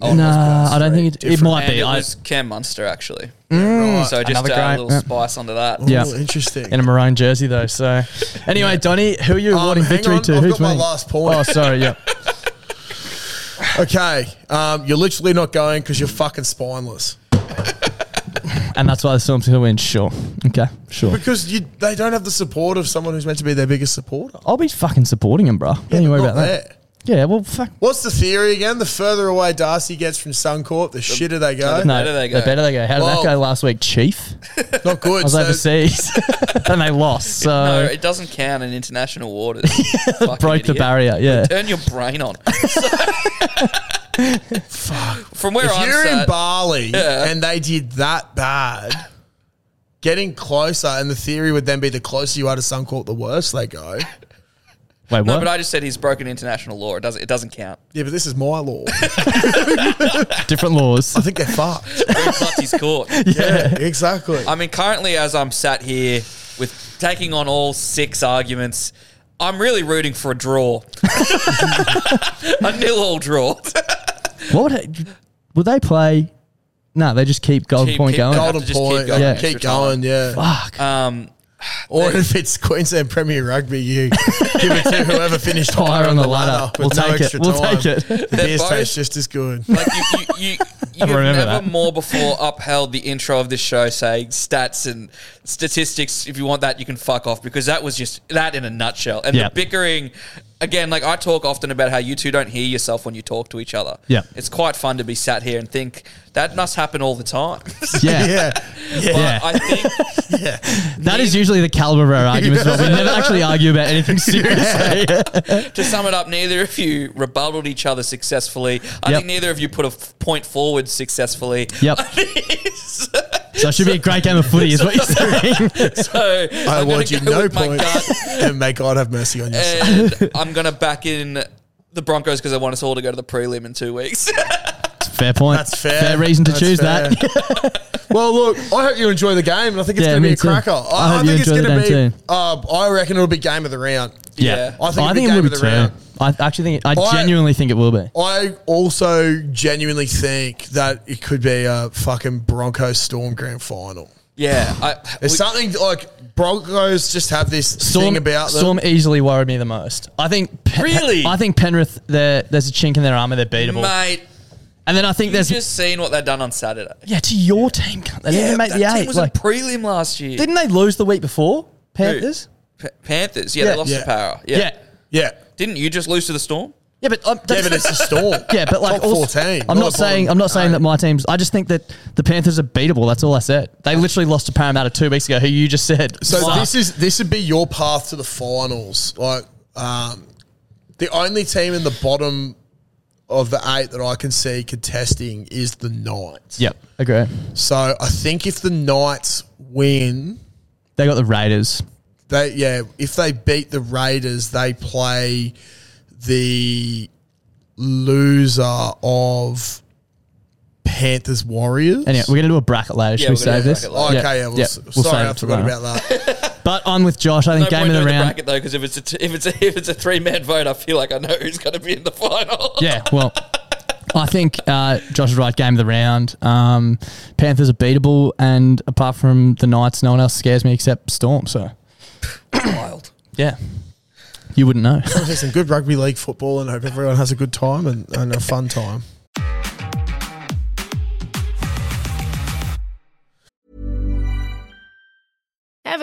B: Nah, I don't think it, it
C: oh, Different.
B: might
F: And
B: be.
F: it
B: I, Mm,
F: was Cam Munster, actually.
C: Right.
F: So just
B: Another
F: add
B: great-
F: a little
B: yeah.
F: spice onto that.
B: yeah.
C: Oh, interesting. Um,
B: In a maroon jersey though. So, anyway, Donny, who are you awarding
C: hang
B: victory
C: on,
B: to?
C: I've
B: Who's
C: got my
B: winning?
C: last point.
B: Oh, sorry. Yeah.
C: okay. Um, you're literally not going because you're fucking spineless.
B: And that's why the film's going to win. Sure. Okay. Sure.
C: Because you, they don't have the support of someone who's meant to be their biggest supporter.
B: I'll be fucking supporting him, bro. Don't you worry
C: Not
B: about that.
C: there.
B: Yeah. Well, fuck.
C: What's the theory again? The further away Darcy gets from Suncorp, the, shitter they go.
B: No,
F: better they go.
B: The better they go. How did
C: Well-
B: that go last week, Chief?
C: Not good.
B: I was
C: So-
B: overseas and they lost. So
F: No, it doesn't count in international waters. Fucking
B: Uh, broke the
F: idiot.
B: barrier. Yeah.
F: Turn your brain on. So- From where
C: if
F: I'm
C: you're in
F: sat,
C: Bali and they did that bad, getting closer, and the theory would then be the closer you are to Suncorp, the worse they go.
B: Wait, what?
F: no, but I just said he's broken international law. It doesn't. It doesn't count.
C: Yeah, but this is my law. I
B: Different laws.
C: think they're fucked.
F: Green Clutzy's caught.
C: Yeah, exactly.
F: I mean, currently, as I'm sat here with taking on all six arguments, I'm really rooting for a draw. a nil-all draw.
B: What would, would they play? No, they just keep golden
F: Keep-
B: point
F: keep
B: going.
F: goal-
C: Golden
F: Just keep
C: point.
F: going
C: Yeah.
F: extra
C: Keep going. Yeah.
F: Um,
C: Or if it's Queensland Premier Rugby, you give it to whoever finished higher on the ladder.
B: We'll
C: with no
B: take it.
C: extra
B: We'll
C: time.
B: take it.
C: The beer
F: both-
C: tastes just as good.
F: like you, you, you, you've
B: remember
F: never
B: that.
F: more before upheld the intro of this show saying stats and statistics. If you want that, you can fuck off because that was just that in a nutshell. And
B: Yeah.
F: the bickering, again, like I talk often about how you two don't hear yourself when you talk to each other.
B: Yeah.
F: it's quite fun to be sat here and think that must happen all the time.
B: Yeah.
C: Yeah.
F: But
B: Yeah.
F: I think
B: That is usually the caliber of our arguments, but we never actually argue about anything seriously.
F: to sum it up, neither of you rebutted each other successfully. I
B: Yep.
F: think neither of you put a f- point forward successfully.
B: Yep. So it should be a great game of footy, is what you're saying.
F: So
C: I
F: I'm gonna
C: award you
F: go
C: no
F: with my gut. Eh.
C: points. and may God have mercy on you. son.
F: and I'm gonna back in the Broncos because I want us all to go to the prelim in two weeks.
B: Fair point.
C: That's fair.
B: Fair reason to
C: That's
B: choose
C: fair.
B: that.
C: well, look, I hope you enjoy the game, and I think it's
B: Yeah,
C: going to be
B: me
C: a
B: too.
C: cracker. I,
B: I hope
C: I
B: you
C: think it's
B: enjoy
C: going
B: the
C: to
B: game
C: be. Uh, I reckon it'll be game of the round.
F: Yeah.
C: I think,
B: I think
C: it'll be
B: it
C: game
B: will be
C: of the
B: too.
C: round.
B: I actually think. I
C: I-
B: genuinely think it will be.
C: I also genuinely think that it could be a fucking Broncos Storm grand final.
F: yeah, I,
C: There's
F: we-
C: something like Broncos just have this thing about them.
B: Storm easily worried me the most. I think Pe-
F: Really?
B: I think Penrith. They're, there's a chink in their armor. They're beatable.
F: mate.
B: and then I think
F: You've
B: there's
F: just seen what they've done on Saturday.
B: yeah to your team. cunt. They didn't even make
F: that
B: the
F: team
B: eight.
F: was
B: Like,
F: a prelim last year.
B: didn't they lose the week before Panthers?
F: P- Panthers? Yeah,
B: Yeah.
F: they lost
C: Yeah.
F: to Power. Yeah.
B: Yeah. yeah,
C: yeah.
F: didn't you just lose to the Storm?
B: but um,
C: Yeah, but it's a storm.
B: yeah, but like
C: Top
B: also-
C: 14.
B: I'm
C: a
B: not saying I'm
C: bottom
B: not saying
C: eight.
B: that my teams. I just think that the Panthers are beatable. That's all I said. They literally lost to Parramatta two weeks ago, who you just said.
C: So
B: suck.
C: this is this would be your path to the finals. Like um, the only team in the bottom of the eight that I can see contesting is the Knights.
B: yep, agree.
C: So I think if the Knights win,
B: They got the Raiders.
C: they yeah, if they beat the Raiders, they play the loser of Panthers Warriors.
B: Anyway, we're gonna do a bracket later. Should
F: Yeah,
B: we
F: we're gonna
B: save
F: do a
B: this?
F: bracket
C: Oh,
F: later.
C: okay,
B: Yeah,
C: yeah, we'll,
B: yeah,
C: s-
B: we'll
C: sorry,
B: save
C: I
B: it for
C: forgot
B: later.
C: about that.
B: But I'm with Josh. I
F: No
B: think game
F: point
B: of the
F: doing the
B: round.
F: bracket though, because if it's a t- if it's a, if it's a three man vote, I feel like I know who's going to be in the final.
B: Yeah, well, I think uh, Josh is right. Game of the round. Um, Panthers are beatable, and apart from the Knights, no one else scares me except Storm. So,
F: wild.
B: yeah, you wouldn't know.
C: Play some good rugby league football, and hope everyone has a good time and, and a fun time.
G: Ever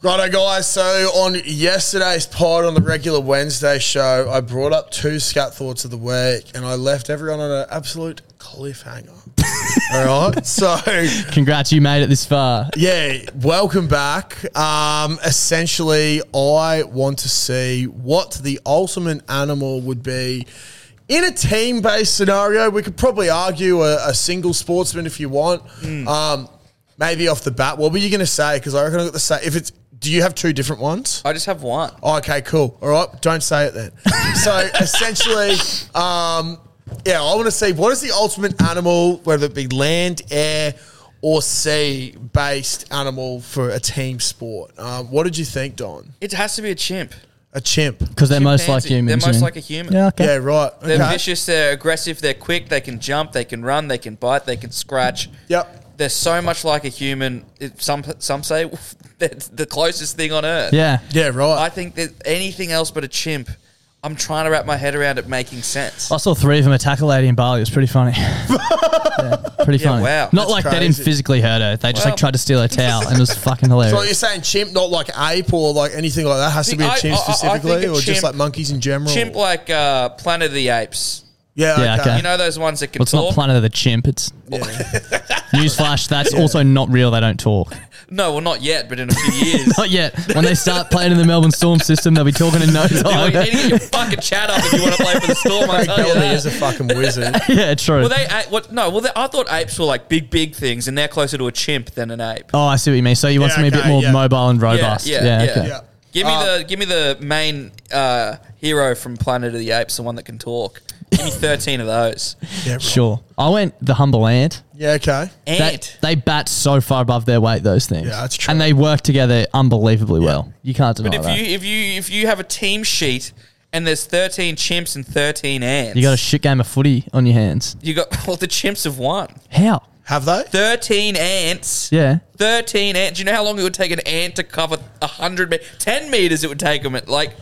C: Righto, guys. So on yesterday's pod, on the regular Wednesday show, I brought up two scat thoughts of the week, and I left everyone on an absolute cliffhanger. All right. So
B: Congrats, you made it this far.
C: yeah, welcome back. Um, essentially, I want to see what the ultimate animal would be in a team based scenario. We could probably argue a, a single sportsman if you want. Um, maybe off the bat, what were you going to say? Because I reckon I got the same. If it's, do you have two different ones?
F: I just have one.
C: Oh, Okay, cool. All right, don't say it then. so essentially, um, yeah, I want to see what is the ultimate animal, whether it be land, air, or sea based animal for a team sport. Um, what did you think, Don?
F: It has to be a chimp.
C: A chimp.
B: Because they're most like
F: Chimpanzee.
B: humans.
F: They're most
B: yeah.
F: like a human.
B: Yeah, okay.
C: Yeah, right. Okay.
F: They're vicious. They're aggressive. They're quick. They can jump. They can run. They can bite. They can scratch.
C: Yep.
F: They're so much like a human. It, some some say that's the closest thing on earth.
B: Yeah.
C: Yeah, right.
F: I think that anything else but a chimp, I'm trying to wrap my head around it making sense.
B: I saw three of them attack a lady in Bali. It was pretty funny. Yeah, pretty funny.
F: wow.
B: Not
F: That's
B: like they didn't
C: crazy.
B: physically hurt her. They just
F: Well.
B: like tried to steal her towel and it was fucking hilarious.
C: so you're saying chimp, not like ape or like anything like that. Has to be a
F: I-
C: chimp
F: I- I- I think
C: specifically,
F: a
C: or just
F: chimp-
C: like monkeys in general.
F: Chimp like uh, Planet of the Apes.
C: yeah,
B: Yeah,
C: okay.
B: okay.
F: You know those ones that can
B: Well, it's
F: talk.
B: not Planet of the Chimp. It's newsflash. That's also not real. They don't talk.
F: no, well, not yet, but in a few years.
B: Not yet. When they start playing in the Melbourne Storm system, they'll be talking in no
F: you
B: time.
F: need to get your fucking chat up if you want to play for the Storm. I tell you
C: Kelly
F: that.
C: is a fucking wizard.
B: yeah, true.
F: Well, they a- what? No, well, they, I thought apes were like big, big things, and they're closer to a chimp than an ape.
B: oh, I see what you mean. So you want
C: Yeah,
B: something a
C: okay,
B: bit more
C: yeah.
B: mobile and robust.
F: yeah,
B: Yeah,
F: yeah.
B: okay.
C: yeah. Uh,
F: Give me the give me the main uh, hero from Planet of the Apes, the one that can talk. Give me thirteen of those.
C: Yeah, right.
B: Sure. I went the humble ant.
C: yeah, okay.
F: Ant.
B: That, they bat so far above their weight, those things.
C: Yeah, that's true.
B: And they work together unbelievably well. You can't deny
F: But if
B: Oh, that.
F: you if you if you have a team sheet and there's thirteen chimps and thirteen ants,
B: you got a shit game of footy on your hands.
F: you got well the chimps have won.
B: How?
C: Have they?
F: Thirteen ants.
B: Yeah.
F: Thirteen ants. Do you know how long it would take an ant to cover hundred me- ten meters? It would take them. At, like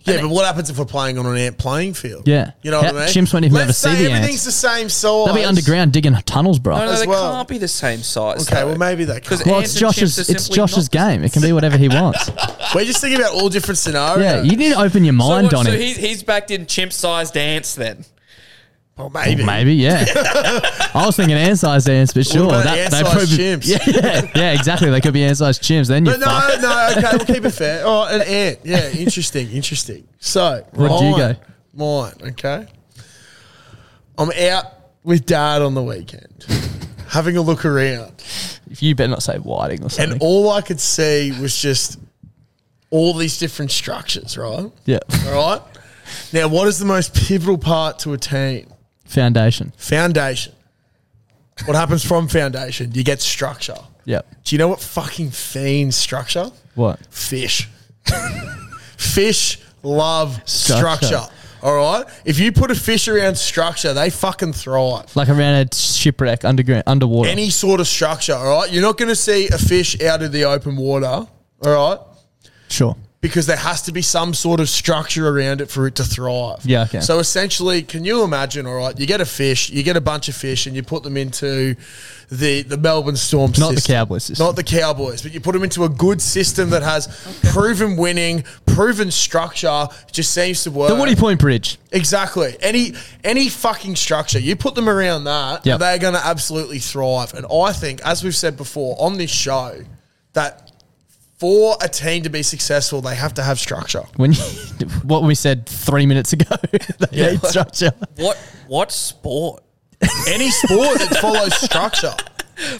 C: Yeah, but what happens if we're playing on an ant playing field?
B: Yeah.
C: You know
B: Yeah,
C: what I mean?
B: chimps won't even
C: Let's
B: ever see
C: say
B: the ants.
C: everything's the same size.
B: They'll be underground digging tunnels, bro.
F: no, no,
C: As
F: they
C: well.
F: can't be the same size.
C: Okay,
F: though.
C: well, maybe they
F: 'Cause
C: can't.
B: well,
F: ants
B: it's
F: and
B: Josh's.
F: chimps are
B: It's
F: simply
B: Josh's
F: not-
B: game. It can be whatever he wants.
C: We're just thinking about all different scenarios.
B: Yeah, you need to open your
F: So,
B: mind
F: what-
B: on
F: so
B: it.
F: he's he's backed in chimp sized ants then.
C: Well, maybe.
B: Maybe, yeah. I was thinking ant-sized ants, but sure,
C: about ant-sized
B: probably-
C: chimps?
B: Yeah, yeah, yeah, exactly. They could be ant-sized chimps. Then you
C: But no, no, okay, we'll keep it fair. Oh, an ant. Yeah, interesting, interesting. So,
B: Where'd you
C: mine- Mine, okay. I'm out with dad on the weekend, having a look around.
B: You better not say whiting or something.
C: And all I could see was just all these different structures, right?
B: yeah,
C: All right. Now, what is the most pivotal part to a team?
B: foundation.
C: Foundation. What happens from foundation? You get structure.
B: Yeah,
C: Do you know what fucking fiends structure?
B: what?
C: Fish. fish love structure.
B: Structure.
C: All right. If you put a fish around structure, they fucking thrive.
B: Like around a shipwreck underground, underwater.
C: Any sort of structure. All right. You're not going to see a fish out of the open water. All right.
B: sure.
C: because there has to be some sort of structure around it for it to thrive.
B: Yeah, okay.
C: So essentially, can you imagine? All right, you get a fish, you get a bunch of fish, and you put them into the the Melbourne Storm.
B: Not the
C: system.
B: Cowboys system.
C: Not the Cowboys, but you put them into a good system that has proven winning, proven structure. It just seems to work.
B: The Woody Point Bridge.
C: Exactly. Any any fucking structure, you put them around that,
B: Yep.
C: they're going to absolutely thrive. And I think, as we've said before on this show, that for a team to be successful, they have to have structure.
B: When you, what we said three minutes ago, the
C: Yeah.
B: hate structure.
F: What what sport?
C: Any sport that follows structure.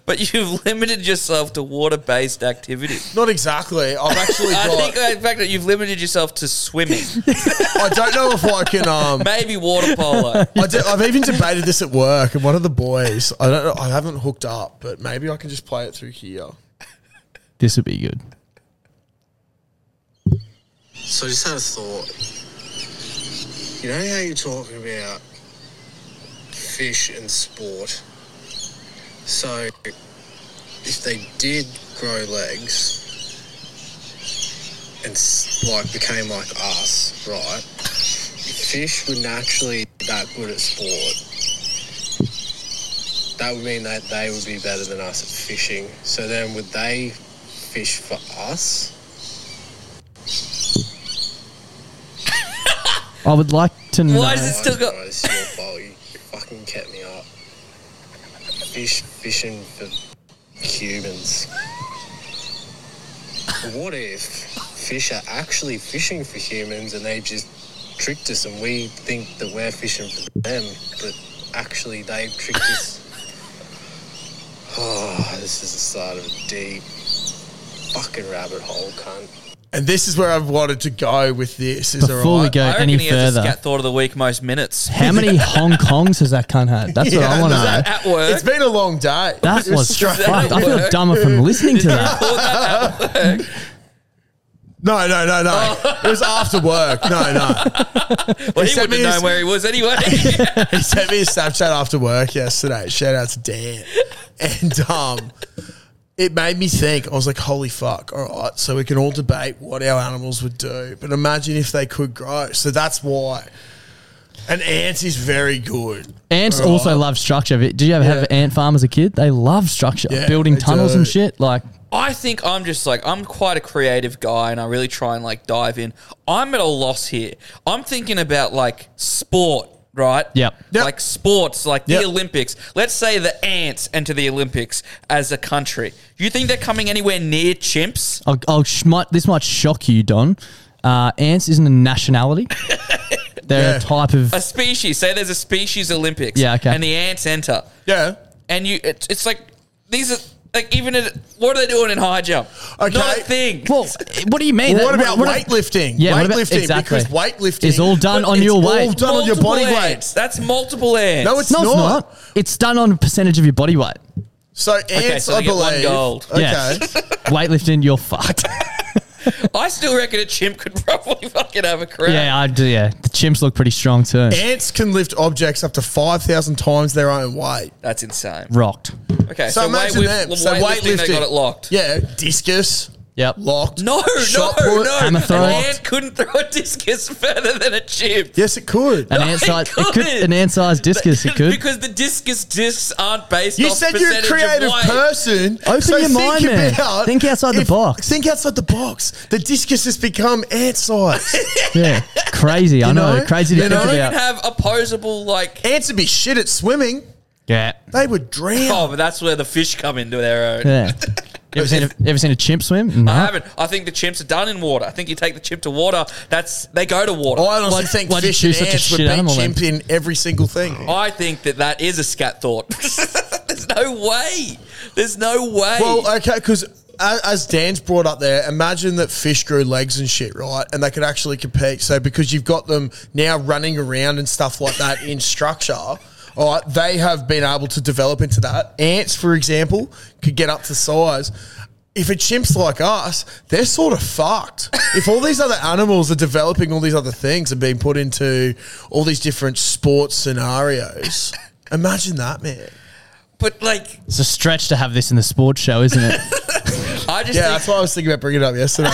F: But you've limited yourself to water based activity.
C: Not exactly. I've actually
F: I
C: got. I,
F: think uh, in fact that you've limited yourself to swimming,
C: don't know if I can. Um,
F: maybe water polo.
C: I do, I've even debated this at work, and one of the boys. I don't know. I haven't hooked up, but maybe I can just play it through here.
B: This would be good.
H: So I just had a thought. You know how you're talking about fish and sport? So if they did grow legs and s- like became like us, right? Fish were naturally that good at sport. That would mean that they would be better than us at fishing. So then would they fish for us?
B: I would like to know.
F: Why is it still got?
H: Guys, your fault. You fucking kept me up. Fish fishing for humans. What if fish are actually fishing for humans and they just tricked us and we think that we're fishing for them, but actually they've tricked us? Oh, this is the start of a deep fucking rabbit hole, cunt.
C: And this is where I've wanted to go with this. Is
B: Before
C: alright.
B: we go
F: I reckon
B: any
F: he has a
B: further,
F: scat thought of the week most minutes.
B: how many Hong Kongs has that cunt had? That's what I
C: Yeah,
B: want to
C: no.
B: know.
F: At work,
C: It's been a long day.
B: That was
C: Straight-
B: fucked. I feel dumber from listening to that.
C: No, no, no, no.
F: Oh.
C: It was after work. No, no.
F: well, he
C: sent
F: wouldn't
C: me
F: have known
C: his-
F: where he was anyway.
C: He sent me a Snapchat after work yesterday. Shout out to Dan. And um, it made me think. I was like, holy fuck. All right. So we can all debate what our animals would do. But imagine if they could grow. So that's why. An ant is very good.
B: Ants
C: All right.
B: also love structure. Did you ever have ant farm as a kid? They love structure,
C: Yeah,
B: building
C: they
B: tunnels
C: do.
B: and shit. Like
F: I think I'm just like I'm quite a creative guy, and I really try and like dive in. I'm at a loss here. I'm thinking about like sport, right?
B: Yep.
C: Yep.
F: Like sports, like
C: Yep.
F: the Olympics. Let's say the ants enter the Olympics as a country. You think they're coming anywhere near chimps?
B: I'll, I'll sh- might, this might shock you, Don. Uh, ants isn't a nationality. They're
C: Yeah.
B: a type of
F: A species. Say there's a species Olympics.
B: Yeah, okay.
F: And the ants enter,
C: Yeah.
F: and you. It's, it's like these are like even at, what are they doing in high jump?
C: Okay.
F: Not a thing.
B: Well, what do you mean?
C: Well, what
B: That-
C: about weightlifting?
B: Yeah, what about-
C: weightlifting.
B: exactly.
C: Because weightlifting
B: It's all done on
C: it's
B: your weight.
C: all done on your body
F: Multiple
C: weight.
F: ants. That's multiple ants.
C: No, it's
B: No,
C: not.
B: it's not. It's done on a percentage of your body weight.
C: So ants,
F: so they
C: I
F: get one
C: believe.
F: gold.
C: Okay.
B: Yeah. Weightlifting, you're fucked.
F: I still reckon a chimp could probably fucking have a crack.
B: yeah, I do. Yeah, the chimps look pretty strong too.
C: Ants can lift objects up to 5,000 times their own weight.
F: That's insane.
B: Rocked.
F: Okay,
C: So,
F: so, weight,
C: imagine
F: we
C: them.
F: weightlifting,
C: So
F: they got it locked.
C: Yeah, discus,
B: Yep.
C: locked.
F: No,
C: shot
F: no,
C: put.
F: no.
B: hammer throw.
F: An ant couldn't throw a discus further than a chimp.
C: Yes, it could.
B: An
F: No,
B: ant
F: it
B: size. It could.
F: could.
B: An ant size discus. It could.
F: because the discus discs aren't based
C: You
F: off
C: said you're a
F: percentage of
C: creative
F: weight.
C: person.
B: Open
C: so
B: your
C: think
B: mind, man.
C: about
B: Think outside the box.
C: Think outside the box. The discus has become ant size.
B: Yeah. Crazy. I know.
C: know?
B: Crazy to
C: You
B: think
C: know?
F: They
B: about.
F: don't even have opposable, like.
C: Ants would be shit at swimming.
B: yeah.
C: They would drown.
F: Oh, but that's where the fish come into their own.
B: Yeah. You ever seen a, ever seen a chimp swim? No.
F: I haven't. I think the chimps are done in water. I think you take the chimp to water. That's they go to water.
C: Oh, I honestly
B: Why'd-
C: think
B: why'd you
C: fish and
B: choose such a
C: ants would
B: shit
C: be
B: animal then?
C: chimp in every single thing.
F: I think that that is a scat thought. There's no way. There's no way.
C: Well, uh, okay, because as Dan's brought up there, imagine that fish grew legs and shit, right? And they could actually compete. So because you've got them now running around and stuff like that in structure. All right, they have been able to develop into that. Ants, for example, could get up to size. If a chimp's like us, they're sort of fucked. if all these other animals are developing all these other things and being put into all these different sports scenarios, imagine that, man.
F: but like
B: It's a stretch to have this in the sports show, isn't it?
F: I
C: yeah,
F: just think-
C: that's why I was thinking about bringing it up yesterday.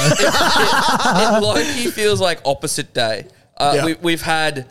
F: it Loki feels like opposite day. Uh,
C: Yeah.
F: we, we've had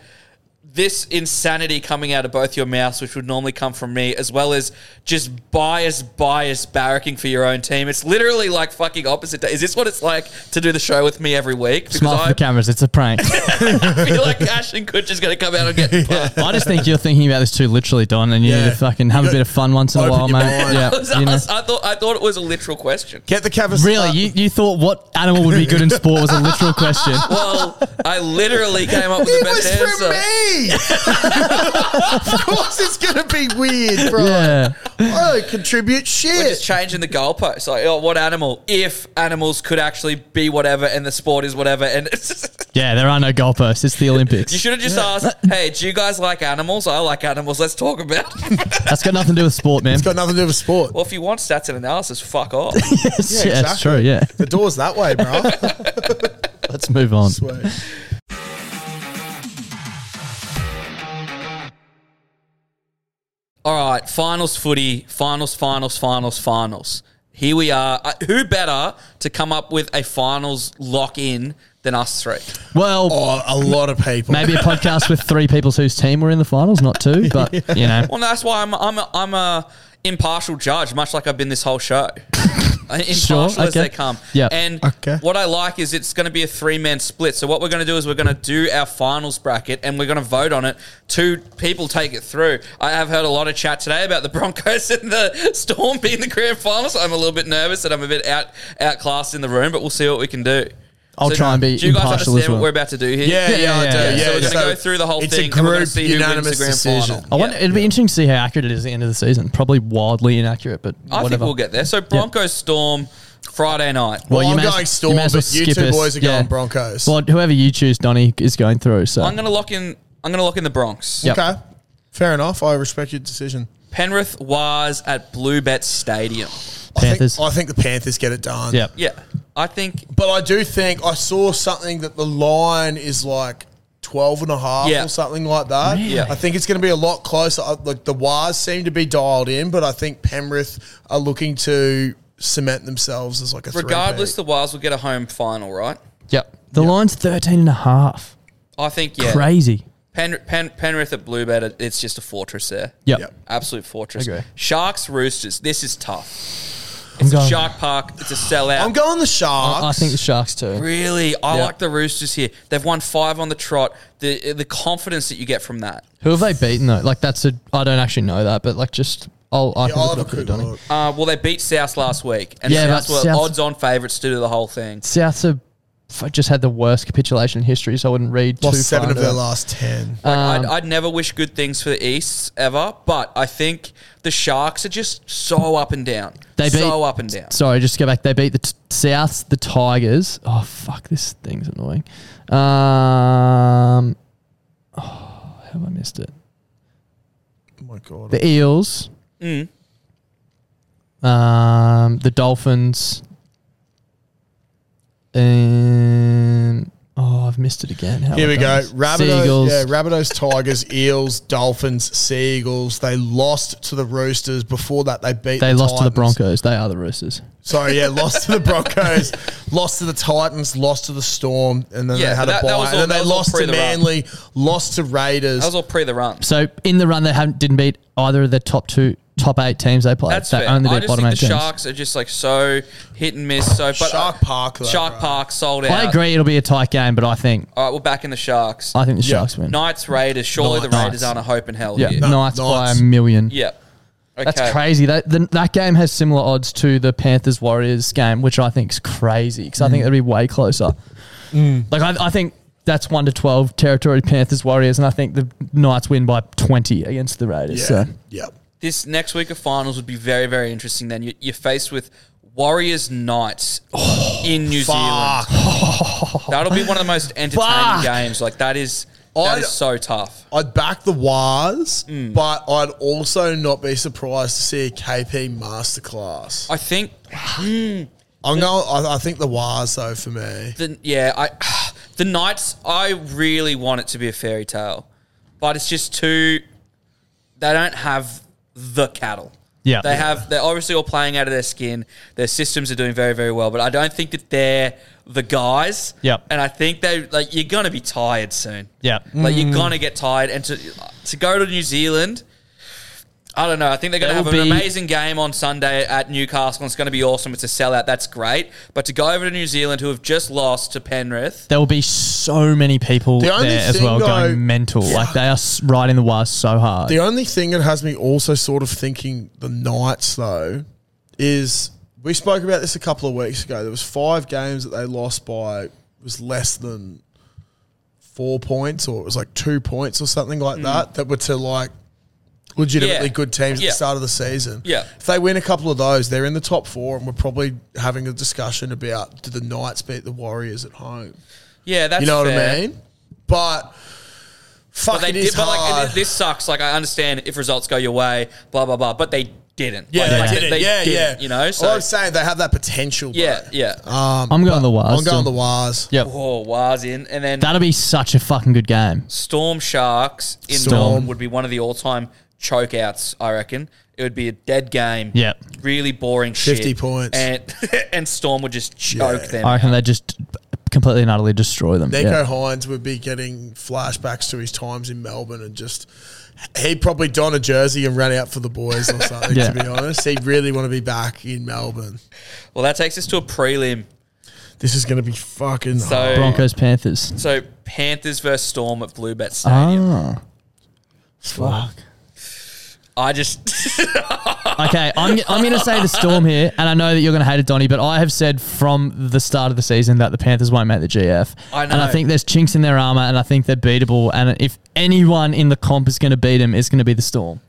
F: this insanity coming out of both your mouths, which would normally come from me, as well as just bias, bias, barracking for your own team. It's literally like fucking opposite day. Is this what it's like to do the show with me every week? Because
B: Smile for the cameras. It's a prank.
F: I feel like Ashton Kutcher's going to come out and get. pumped.
B: I just think you're thinking about this too literally, Don, and you need
F: Yeah.
B: to fucking have a bit of fun once in a
F: Open
B: while,
F: your
B: mate.
F: mind. I, was-
B: Yeah, you know.
F: I thought I thought it was a literal question.
C: Get the cameras.
B: Really, you, you thought what animal would be good in sport was a literal question.
F: Well, I literally came up with
C: It
F: the best
C: was for
F: answer.
C: of course, it's gonna be weird, bro.
F: Yeah.
C: I don't contribute shit.
F: We're just changing the goalpost. Like, oh, what animal? If animals could actually be whatever, and the sport is whatever, and it's just,
B: Yeah, there are no goalposts. It's the Olympics.
F: you should have just asked, "Hey, do you guys like animals? I like animals. Let's talk about." it."
B: That's got nothing to do with sport, man. It's
C: got nothing to do with sport.
F: well, if you want stats and analysis, fuck off.
B: yeah, it's true. Yeah,
C: The door's that way, bro.
B: let's move on.
F: All right, finals footy, finals, finals, finals, finals. Here we are. Uh, who better to come up with a finals lock in than us three?
B: Well,
F: Oh,
C: a lot of people.
B: Maybe a podcast with three people whose team were in the finals, not two, but you know.
F: Well, that's why I'm I'm a, I'm a impartial judge, much like I've been this whole show. impartial as
B: okay.
F: they come.
B: Yeah.
F: And
B: Okay.
F: what I like is it's going to be a three man split. So what we're going to do is we're going to do our finals bracket and we're going to vote on it. Two people take it through. I have heard a lot of chat today about the Broncos and the Storm being the grand finals. I'm a little bit nervous that I'm a bit out outclassed in the room, but we'll see what we can do.
B: I'll try and be
F: Do you guys
B: impartial as
F: understand
B: well.
F: what we're about to do here?
B: Yeah, Yeah, yeah, I yeah, do. yeah.
F: So we're going to
B: So
F: go through the whole
B: it's a
F: thing. and we're gonna
B: group
F: see who wins the
B: unanimous
F: grand final.
B: I wonder, it'd be interesting to see how accurate it is at the end of the season. Probably wildly inaccurate, but
F: I
B: whatever.
F: think we'll get there. So Broncos Storm Friday night.
B: Well, you may as- may as well skip us. Yeah. Well, whoever you choose, Donny is going through. So
F: I'm going to lock in. I'm going to lock in the Bronx.
C: Okay, fair enough. I respect your decision.
F: Penrith was at Bluebet Stadium.
B: Panthers.
C: I think the Panthers get it done.
B: Yep.
F: Yeah, I think.
C: But I do think I saw something that the line is like 12 and a half
F: Yeah.
C: or something like that.
F: Really? Yeah.
C: I think it's going to be a lot closer. I- Like the Wires seem to be dialed in, but I think Penrith are looking to cement themselves as like a
F: Regardless, the Wires will get a home final, right?
B: Yep. The line's 13 and a half.
F: I think yeah.
B: Crazy.
F: Pen, Pen, Penrith at Bluebet, it's just a fortress there.
B: Yep. Yep.
F: Absolute fortress.
B: Agree.
F: Sharks, Roosters. This is tough.
B: I'm
F: It's a
B: going-
F: Shark Park. It's a sellout.
C: I'm going the Sharks.
B: I think the Sharks too.
F: Really, I
B: Yeah.
F: like the Roosters here. They've won five on the trot. The the confidence that you get from that.
B: Who have they beaten though? Like that's a. I don't actually know that, but like just I'll. I can
F: I'll
B: look
F: have
B: it up for you, Donny.
F: Uh, well, they beat South last week, and
B: Yeah,
F: South
B: but
F: were
B: South-
F: odds-on favourites to do the whole thing.
B: Souths have f- just had the worst capitulation in history, so I wouldn't read
F: Lost
B: too
F: seven
B: far
F: of
B: into
F: their
B: that.
C: last 10.
F: Like,
B: Um,
F: I'd, I'd never wish good things for the Easts ever, but I think the Sharks are just so up and down.
B: They beat-
F: so up and down.
B: Sorry, just to go back. They beat the t- Souths, the Tigers. Oh fuck, this thing's annoying. Um, oh, have I missed it?
C: Oh my God.
B: The Eels,
F: Mm.
B: um, the Dolphins, and oh, I've missed it again. How
C: Here
B: have
C: we
B: I done
C: go.
B: this?
C: Rabbitohs,
B: Seagulls.
C: yeah, Rabbitohs, Tigers, Eels, Dolphins, Seagulls. They lost to the Roosters. Before that, they beat.
B: they
C: the
B: lost to the
C: Titans.
B: Broncos. They are the Roosters.
C: Sorry, yeah, lost to the Broncos, lost to the Titans, lost to the Storm, and then
B: Yeah,
C: they had
B: that-
C: a
B: that
C: bye.
B: was all- that
C: and then they
B: was all
C: lost
B: pre
C: to
B: the run.
C: Manly, lost to Raiders.
F: That was all pre the run.
B: So in the run, they haven't didn't beat either of the top two, top eight teams they played.
F: That's
B: they
F: fair.
B: only
F: I
B: beat
F: just
B: bottom
F: think the
B: eight teams.
F: Sharks are just like so hit and miss. So but Shark
C: Park,
F: Shark Park sold out.
B: I agree, it'll be a tight game, but I think
F: All right, we're back in the Sharks.
B: I think the Yeah. Sharks win.
F: Knights, Raiders. Surely the
B: Knights.
F: Raiders aren't a hope in hell.
B: yeah,
F: here.
B: Knights by a million.
F: Yeah. Okay.
B: That's crazy. That the, that game has similar odds to the Panthers Warriors game, which I think is crazy because I think
F: Mm.
B: it'll be way closer. Like I, I think that's one to twelve territory Panthers Warriors, and I think the Knights win by twenty against the Raiders. So
C: Yep.
F: This next week of finals would be very, very interesting. Then you, you're faced with Warriors Knights in New Zealand. That'll be one of the most entertaining
C: Fuck.
F: games. Like that is that
C: I'd-
F: is so tough.
C: I'd back the Wars,
B: Mm.
C: but I'd also not be surprised to see a KP masterclass.
F: I think.
C: I'm going. I, I think the Wars though for me.
F: The, yeah, I the Knights. I really want it to be a fairy tale, but it's just too. They don't have the cattle.
B: Yeah.
F: They have they're obviously all playing out of their skin. Their systems are doing very, very well, but I don't think that they're the guys.
B: Yep.
F: And I think they like you're gonna be tired soon.
B: Yeah.
F: Like you're
B: Mm.
F: gonna get tired and to to go to New Zealand I don't know. I think they're going to
B: It
F: have
B: will
F: an
B: be-
F: amazing game on Sunday at Newcastle. It's going to be awesome. It's a sellout. That's great. But to go over to New Zealand, who have just lost to Penrith,
B: There will be so many people
F: The
B: there
F: only
B: as
F: thing,
B: well
F: though-
B: going mental. Like they are s- riding the wires so hard.
C: The only thing that has me also sort of thinking the Knights though is we spoke about this a couple of weeks ago. There was five games that they lost by was less than four points or it was like two points or something like that that were to like legitimately
F: Hmm. Yeah.
C: good teams at
F: Yeah.
C: the start of the season.
F: Yeah.
C: If they win a couple of those, they're in the top four and we're probably having a discussion about did the Knights beat the Warriors at home?
F: yeah, that's
C: you know what
F: fair.
C: I mean? But fuck
F: but
C: it
F: they
C: is
F: did, but
C: hard.
F: like this sucks. Like I understand if results go your way, blah blah blah. But they didn't.
C: Yeah,
F: Like,
C: they
F: like,
C: did it. yeah,
F: didn't,
C: yeah. Oh,
F: You know,
C: All
F: so
C: I'm saying they have that potential. bro.
F: yeah, yeah.
C: Um,
B: I'm going the
C: I'm
B: Waz.
C: going the
B: still.
C: Waz.
B: Yep.
F: Oh, Wars in, and then
B: That'll be such a fucking good game.
F: Storm Sharks in
B: Storm.
F: Melbourne would be one of the all-time chokeouts. I reckon it would be a dead game.
B: Yeah.
F: really boring.
B: 50
F: shit.
B: points.
F: and and Storm would just choke them.
B: I reckon they just completely and utterly destroy them.
C: Nico
B: Yeah.
C: Hines would be getting flashbacks to his times in Melbourne and just. He'd probably don a jersey and run out for the boys or something,
B: Yeah.
C: to be honest. He'd really want to be back in Melbourne.
F: Well, that takes us to a prelim.
C: This is going to be fucking
F: So-
C: hard.
B: Broncos Panthers.
F: So Panthers versus Storm at Bluebet Stadium.
B: Ah. Fuck.
F: I just
B: okay, I'm, I'm going to say the Storm here, and I know that you're going to hate it, Donny, but I have said from the start of the season that the Panthers won't make the GF.
F: I know.
B: And I think there's chinks in their armour, and I think they're beatable. And if anyone in the comp is going to beat them, it's going to be the Storm.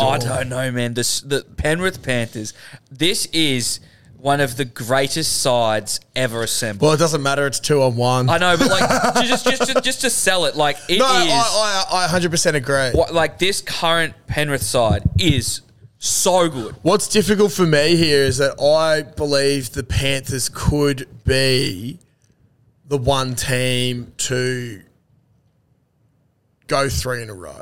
F: I don't know, man. This the Penrith Panthers. This is one of the greatest sides ever assembled.
C: Well, it doesn't matter. It's two on one.
F: I know, but like to just just to, just to sell it, like it is
C: no, I, I, I 100% agree.
F: what, like this current Penrith side is so good.
C: What's difficult for me here is that I believe the Panthers could be the one team to go three in a row.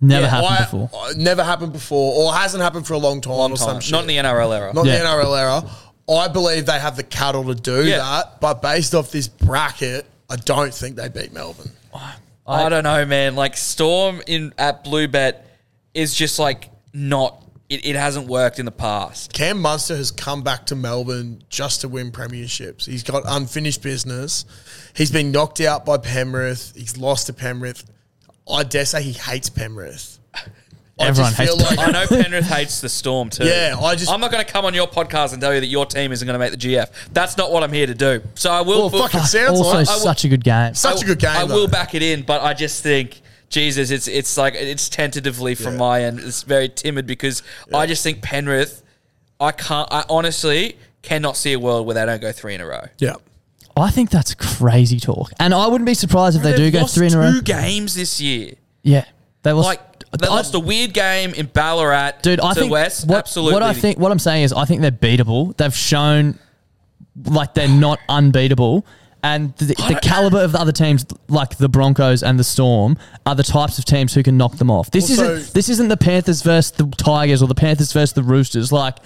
B: Never
C: Yeah,
B: happened
C: I-
B: before.
C: uh, never happened before, or hasn't happened for a long time, or some
F: Time.
C: shit.
F: Not in the NRL era.
C: Not the NRL era. I believe they have the cattle to do
F: Yeah.
C: that, but based off this bracket, I don't think they beat Melbourne.
F: I, don't know, man. Like Storm in at Bluebet is just like not. It, it hasn't worked in the past.
C: Cam Munster has come back to Melbourne just to win premierships. He's got unfinished business. He's been knocked out by Penrith. He's lost to Penrith. I dare say he hates Penrith.
B: Everyone hates Penrith.
F: I know Penrith hates the Storm too.
C: Yeah, I just-
F: I'm not going to come on your podcast and tell you that your team isn't going to make the GF. That's not what I'm here to do. So I will.
C: Well, Oh, fucking
F: I-
C: sounds
B: also,
C: like- I will-
B: such a good game.
C: Such a good game.
F: I
C: though.
F: will back it in, but I just think. Jesus, it's it's like it's tentatively from my end. It's very timid because I just think Penrith. I can't. I honestly cannot see a world where they don't go three in a row.
C: Yeah.
B: I think that's crazy talk. And I wouldn't be surprised if they do
F: They've
B: go
F: lost
B: three in a row.
F: Two games this year.
B: Yeah. They lost.
F: Like they lost a weird game in Ballarat.
B: Dude, I
F: to
B: think
F: West.
B: what,
F: absolutely.
B: What I think, what I'm saying is, I think they're beatable. They've shown like they're not unbeatable, and the, the caliber of the other teams, like the Broncos and the Storm, are the types of teams who can knock them off. This
C: Also-
B: isn't this isn't the Panthers versus the Tigers or the Panthers versus the Roosters. Like,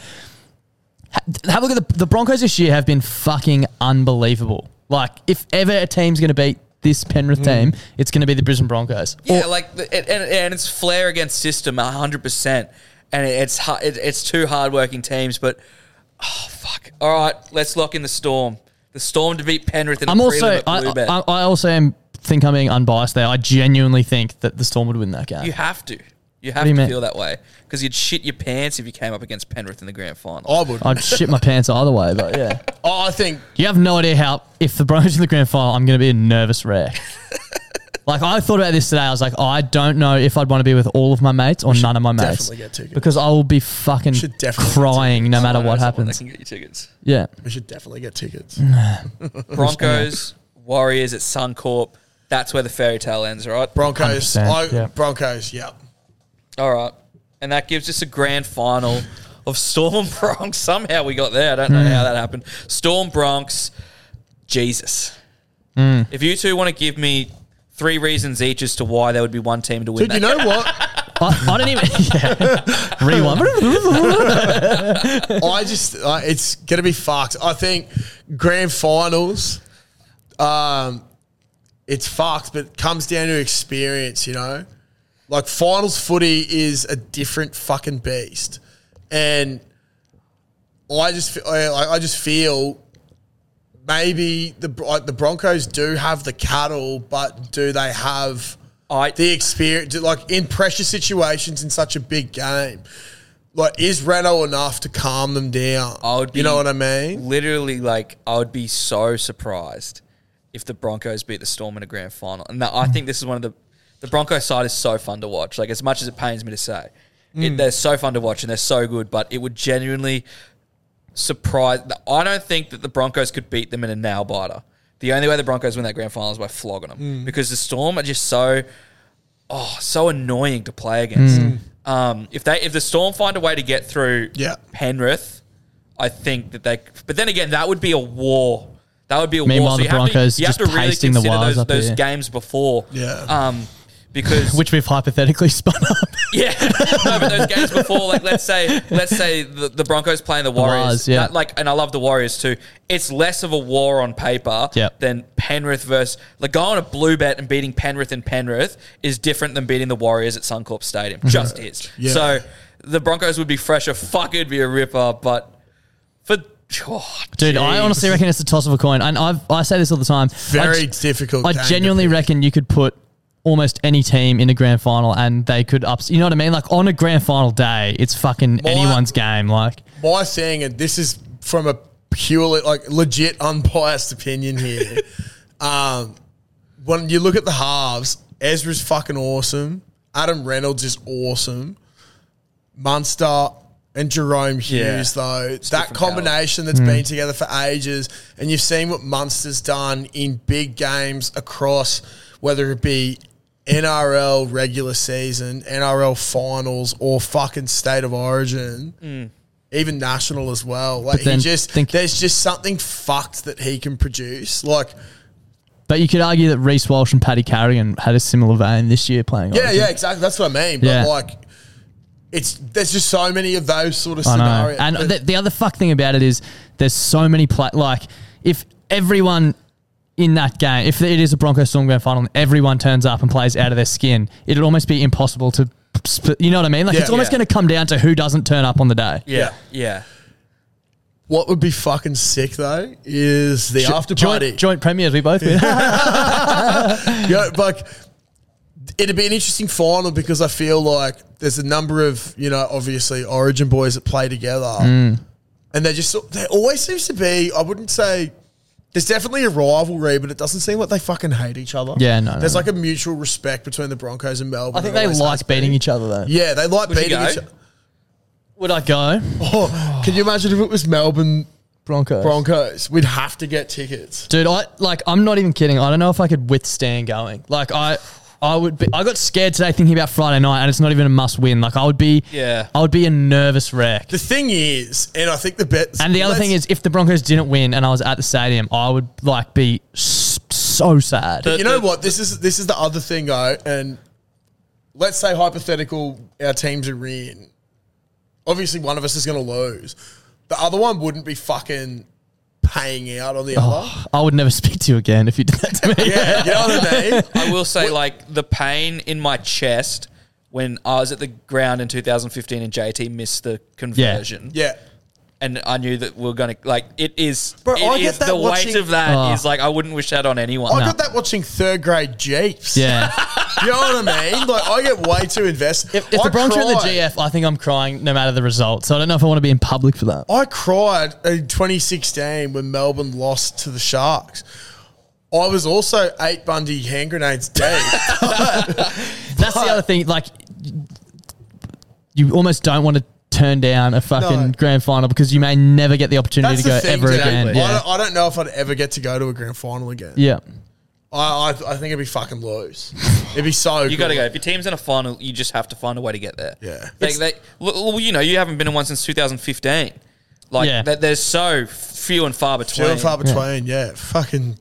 B: ha- have a look at the, the Broncos this year have been fucking unbelievable. Like, if ever a team's going to beat this Penrith team, it's going to be the Brisbane Broncos.
F: Yeah, like the- and, and and it's flair against system, hundred percent. And it- it's hu- it, it's two hardworking teams, but oh fuck! All right, let's lock in the storm. The storm to beat Penrith. In
B: I'm
F: a
B: also
F: prelim at
B: I,
F: Bluebet.
B: I, I also am think I'm being unbiased there. I genuinely think that the Storm would win that game.
F: you have to. You have
B: do
F: to
B: you mean?
F: feel that way because you'd shit your pants if you came up against Penrith in the grand final.
C: I would.
B: I'd shit my pants either way, but yeah.
C: Oh, I think
B: You have no idea how if the Broncos in the grand final, I'm going to be a nervous wreck. like I thought about this today. I was like, I don't know if I'd want to be with all of my mates or none of my mates
C: definitely get tickets.
B: because I will be fucking
C: Should definitely get
B: crying no matter
F: I know
B: what
F: someone that
B: happens.
F: can get you tickets.
B: Yeah.
C: we should definitely get tickets.
F: Broncos, Warriors at Suncorp. That's where the fairy tale ends, right?
C: Broncos.
B: 100%,
C: I,
B: yeah.
C: Broncos. Yeah.
F: All right. And that gives us a grand final of Storm and Bronx. Somehow we got there. I don't know how that happened. Storm Bronx, Jesus. If you two want to give me three reasons each as to why there would be one team to win
C: Dude,
F: that
C: you know what?
B: I, I don't even. Yeah. Rewind.
C: I just, uh, it's going to be fucked. I think grand finals, um, it's fucked, but it comes down to experience, you know? Like, finals footy is a different fucking beast. And I just, fe- I, I- I just feel maybe the, Bro- like, the Broncos do have the cattle, but do they have
F: I-
C: the experience? Like, in pressure situations in such a big game. Like, is Renault enough to calm them down?
F: I would be,
C: you know what I mean?
F: Literally, like I would be so surprised if the Broncos beat the Storm in a grand final. And that, I think this is one of the the Broncos side is so fun to watch. Like as much as it pains me to say, it, they're so fun to watch and they're so good. But it would genuinely surprise. I don't think that the Broncos could beat them in a nail biter. The only way the Broncos win that grand final is by flogging them because the Storm are just so oh so annoying to play against. Um, if they if the Storm find a way to get through
C: Yeah.
F: Penrith, I think that they. But then again, that would be a war. That would be a
B: Meanwhile,
F: war.
B: the
F: you have to-
B: Broncos
F: you have
B: just
F: to, really
B: pasting the
F: consider
B: wires
F: those,
B: up
F: those
B: there.
F: games before.
C: Yeah.
F: Um, because
B: Which we've hypothetically spun up.
F: yeah, no, but those games before, like let's say, let's say the, the Broncos playing the Warriors,
B: Warriors, yeah.
F: That, like, and I love the Warriors too. It's less of a war on paper
B: Yep.
F: than Penrith versus like going to Blue Bet and beating Penrith in Penrith is different than beating the Warriors at Suncorp Stadium.
B: Mm-hmm.
F: Just is.
C: Yeah.
F: So the Broncos would be fresher. Fuck, it'd be a ripper, but for oh,
B: Dude, I
F: geez.
B: honestly reckon it's a toss of a coin. And I've, I say this all the time.
C: Very
B: I, ge-
C: difficult.
B: I
C: game to
B: genuinely
C: pick.
B: reckon you could put almost any team in a grand final and they could ups. You know what I mean? Like on a grand final day, it's fucking
C: My-
B: anyone's game. Like
C: my thing, and this is from a purely like legit unbiased opinion here. um, when you look at the halves, Ezra's fucking awesome. Adam Reynolds is awesome. Munster and Jerome Hughes,
F: Yeah.
C: though that combination
B: Hmm.
C: that's been together for ages, and you've seen what Munster's done in big games across whether it be NRL regular season, NRL finals, or fucking state of origin even national as well. Like he
B: then
C: just
B: think-
C: there's just something fucked that he can produce. Like
B: But you could argue that Reese Walsh and Paddy Carrigan had a similar vein this year playing.
C: yeah,
B: Origin.
C: yeah, exactly. That's what I mean. But
B: Yeah.
C: like it's there's just so many of those sort of
B: I know.
C: scenarios.
B: And
C: But
B: the, the other fuck thing about it is there's so many play. Like if everyone in that game, if it is a Broncos Storm Grand Final, and everyone turns up and plays out of their skin, it'd almost be impossible to. sp- You know what I mean? Like
C: Yeah.
B: it's almost
F: Yeah.
B: going to come down to who doesn't turn up on the day.
F: yeah, yeah.
C: what would be fucking sick though is the after party.
B: Joint, joint premiers, we both win.
C: yeah, like it'd be an interesting final because I feel like there's a number of you know obviously Origin boys that play together,
B: Mm.
C: and they just there always seems to be. I wouldn't say there's definitely a rivalry, but it doesn't seem like they fucking hate each other.
B: Yeah, no, no,
C: There's
B: no.
C: like a mutual respect between the Broncos and Melbourne.
B: I think
C: It
B: they
C: always has
B: like
C: been.
B: beating each other though.
C: Yeah, they like
F: Would you
C: beating
F: go?
C: each other.
B: Would I go?
C: Oh, can you imagine if it was Melbourne
B: Broncos.
C: Broncos? We'd have to get tickets.
B: Dude, I like I'm not even kidding. I don't know if I could withstand going. Like I I would be I got scared today thinking about Friday night and it's not even a must win. Like I would be
F: Yeah.
B: I would be a nervous wreck.
C: The thing is, and I think the bet.
B: And the other
C: let's-
B: thing is if the Broncos didn't win and I was at the stadium, I would like be s- so sad.
C: you know what? This is this is the other thing, though. And let's say hypothetical, our teams are in. Obviously, one of us is going to lose. The other one wouldn't be fucking paying out on the other.
B: I would never speak to you again if you did that to me.
C: Yeah, you know what I mean.
F: I will say, like, the pain in my chest when I was at the ground in 2015 and JT missed the conversion.
C: Yeah,
F: And I knew that we are going to, like, it is,
C: Bro,
F: it
C: I get
F: is-
C: that
F: the
C: watching- Ah.
F: weight of that is
B: Oh.
F: like, I wouldn't wish that on anyone.
C: I got that watching third grade jeeps.
B: Yeah.
C: you know what I mean. Like I get way too invested.
B: If, if
C: I
B: the Broncos are in the
C: cried-
B: GF, I think I'm crying no matter the result. So I don't know if I want to be in public for that.
C: I cried in 2016 when Melbourne lost to the Sharks. I was also eight Bundy hand grenades deep.
B: That's the other thing. Like, you almost don't want to turn down a fucking
C: No.
B: grand final because you may never get the opportunity
C: That's
B: to go
C: the thing,
B: ever
C: dude.
B: again.
C: I,
B: Yeah.
C: don't, I don't know if I'd ever get to go to a grand final again.
B: yeah.
C: I, I, I think it'd be fucking loose. It'd be so.
F: You got to go. If your team's in a final, you just have to find a way to get there.
C: Yeah.
F: They,
C: It's-
F: they, well, well, you know, you haven't been in one since 2015. Like,
B: Yeah.
F: that, there's so few and far between.
C: Few and far between. Yeah. Fucking.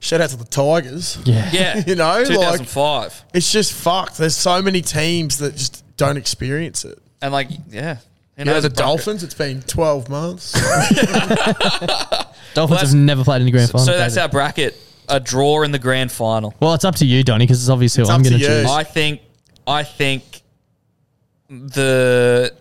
C: shout out to the Tigers.
B: Yeah.
F: Yeah.
C: You know, like-
F: 2005.
C: It's just fucked. There's so many teams that just don't experience it.
F: and like, yeah. You
C: You know, the
F: Bronco-
C: Dolphins, it's been 12 months.
B: Dolphins
F: that's-
B: have never played in the grand final.
F: So that's
B: David.
F: our bracket. A draw in the grand final.
B: well, it's up to you, Donny, because it's obvious who
C: It's
B: I'm
C: up to
B: going to
C: you.
B: choose.
F: I think, I think the,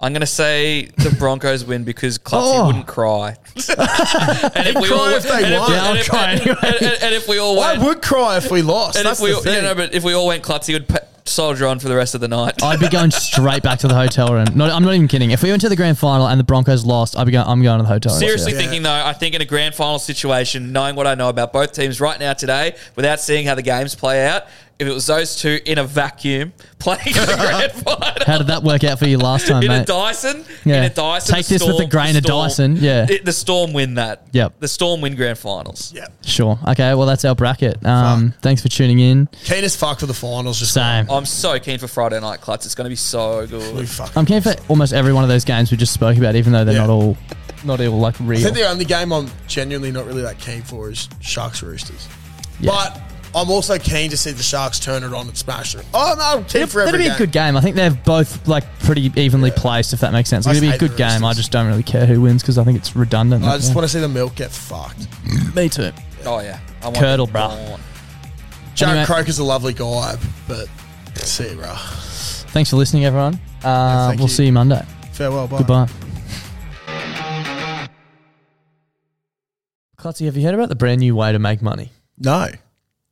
F: I'm going to say the Broncos win because Clutzy
B: Oh.
F: wouldn't cry. and if we
C: cry
F: all,
C: if they
F: and
C: won. Yeah, I'll
F: and if-
B: cry anyway.
F: and- and- and if we all
C: I
F: went,
C: would cry if we lost.
F: and
C: That's
F: if we,
C: the
F: all-
C: thing.
F: you know, but if we all went Clutzy would pa- soldier on for the rest of the night.
B: I'd be going straight back to the hotel room. Not, I'm not even kidding. If we went to the grand final and the Broncos lost, I'd be going, I'm going to the hotel room.
F: Seriously
C: Yeah.
F: thinking though, I think in a grand final situation, knowing what I know about both teams right now today, without seeing how the games play out, if it was those two in a vacuum playing in the grand final.
B: How did that work out for you last time,
F: In
B: mate?
F: a Dyson,
B: Yeah.
F: in a Dyson.
B: Take
F: the
B: this with a
F: Storm-
B: grain
F: the
B: of
F: Storm-
B: Dyson, yeah.
F: it- the Storm win that.
B: Yep.
F: The Storm win grand finals.
C: yeah.
B: sure. Okay, well, that's our bracket. Um, thanks for tuning in.
C: Keen as fuck for the finals. Just
B: Same.
F: I'm so keen for Friday night clutch. It's going to be so
C: We
F: good.
C: fuck.
B: I'm keen for almost every one of those games we just spoke about, even though they're
C: Yeah.
B: not all, not all like
C: I
B: real.
C: think the only game I'm genuinely not really that keen for is Sharks Roosters.
B: Yeah.
C: But I'm also keen to see the Sharks turn it on and smash it. Oh, no, I'm keen for
B: That'd
C: every
B: be a
C: game.
B: good game. I think they're both like pretty evenly placed, if that makes sense.
C: I
B: It's gonna be a
C: just hate
B: good
C: the
B: game. I
C: Roosters.
B: just don't really care who wins because I think it's redundant.
C: I just
B: Yeah.
C: want to see the milk get fucked.
B: me too.
F: Oh yeah, I want
B: Curdle,
F: it.
B: bruh.
C: Jared
B: Anyway.
C: Croker's a lovely guy, but see, bro.
B: Thanks for listening, everyone. Uh,
C: thank
B: we'll
C: you.
B: see you Monday.
C: Farewell, bye.
B: Goodbye. Clutzy, have you heard about the brand new way to make money?
C: No.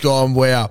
C: gone, wow.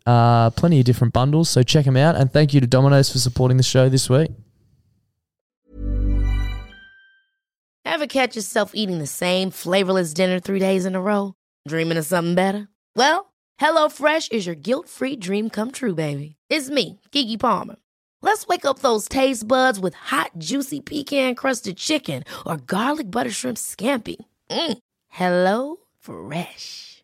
B: Uh, plenty of different bundles, so check them out. And thank you to Domino's for supporting the show this week.
G: Ever catch yourself eating the same flavorless dinner three days in a row? Dreaming of something better? Well, HelloFresh is your guilt free dream come true, baby. It's me, Gigi Palmer. Let's wake up those taste buds with hot, juicy pecan crusted chicken or garlic butter shrimp scampi. Mm. Hello Fresh.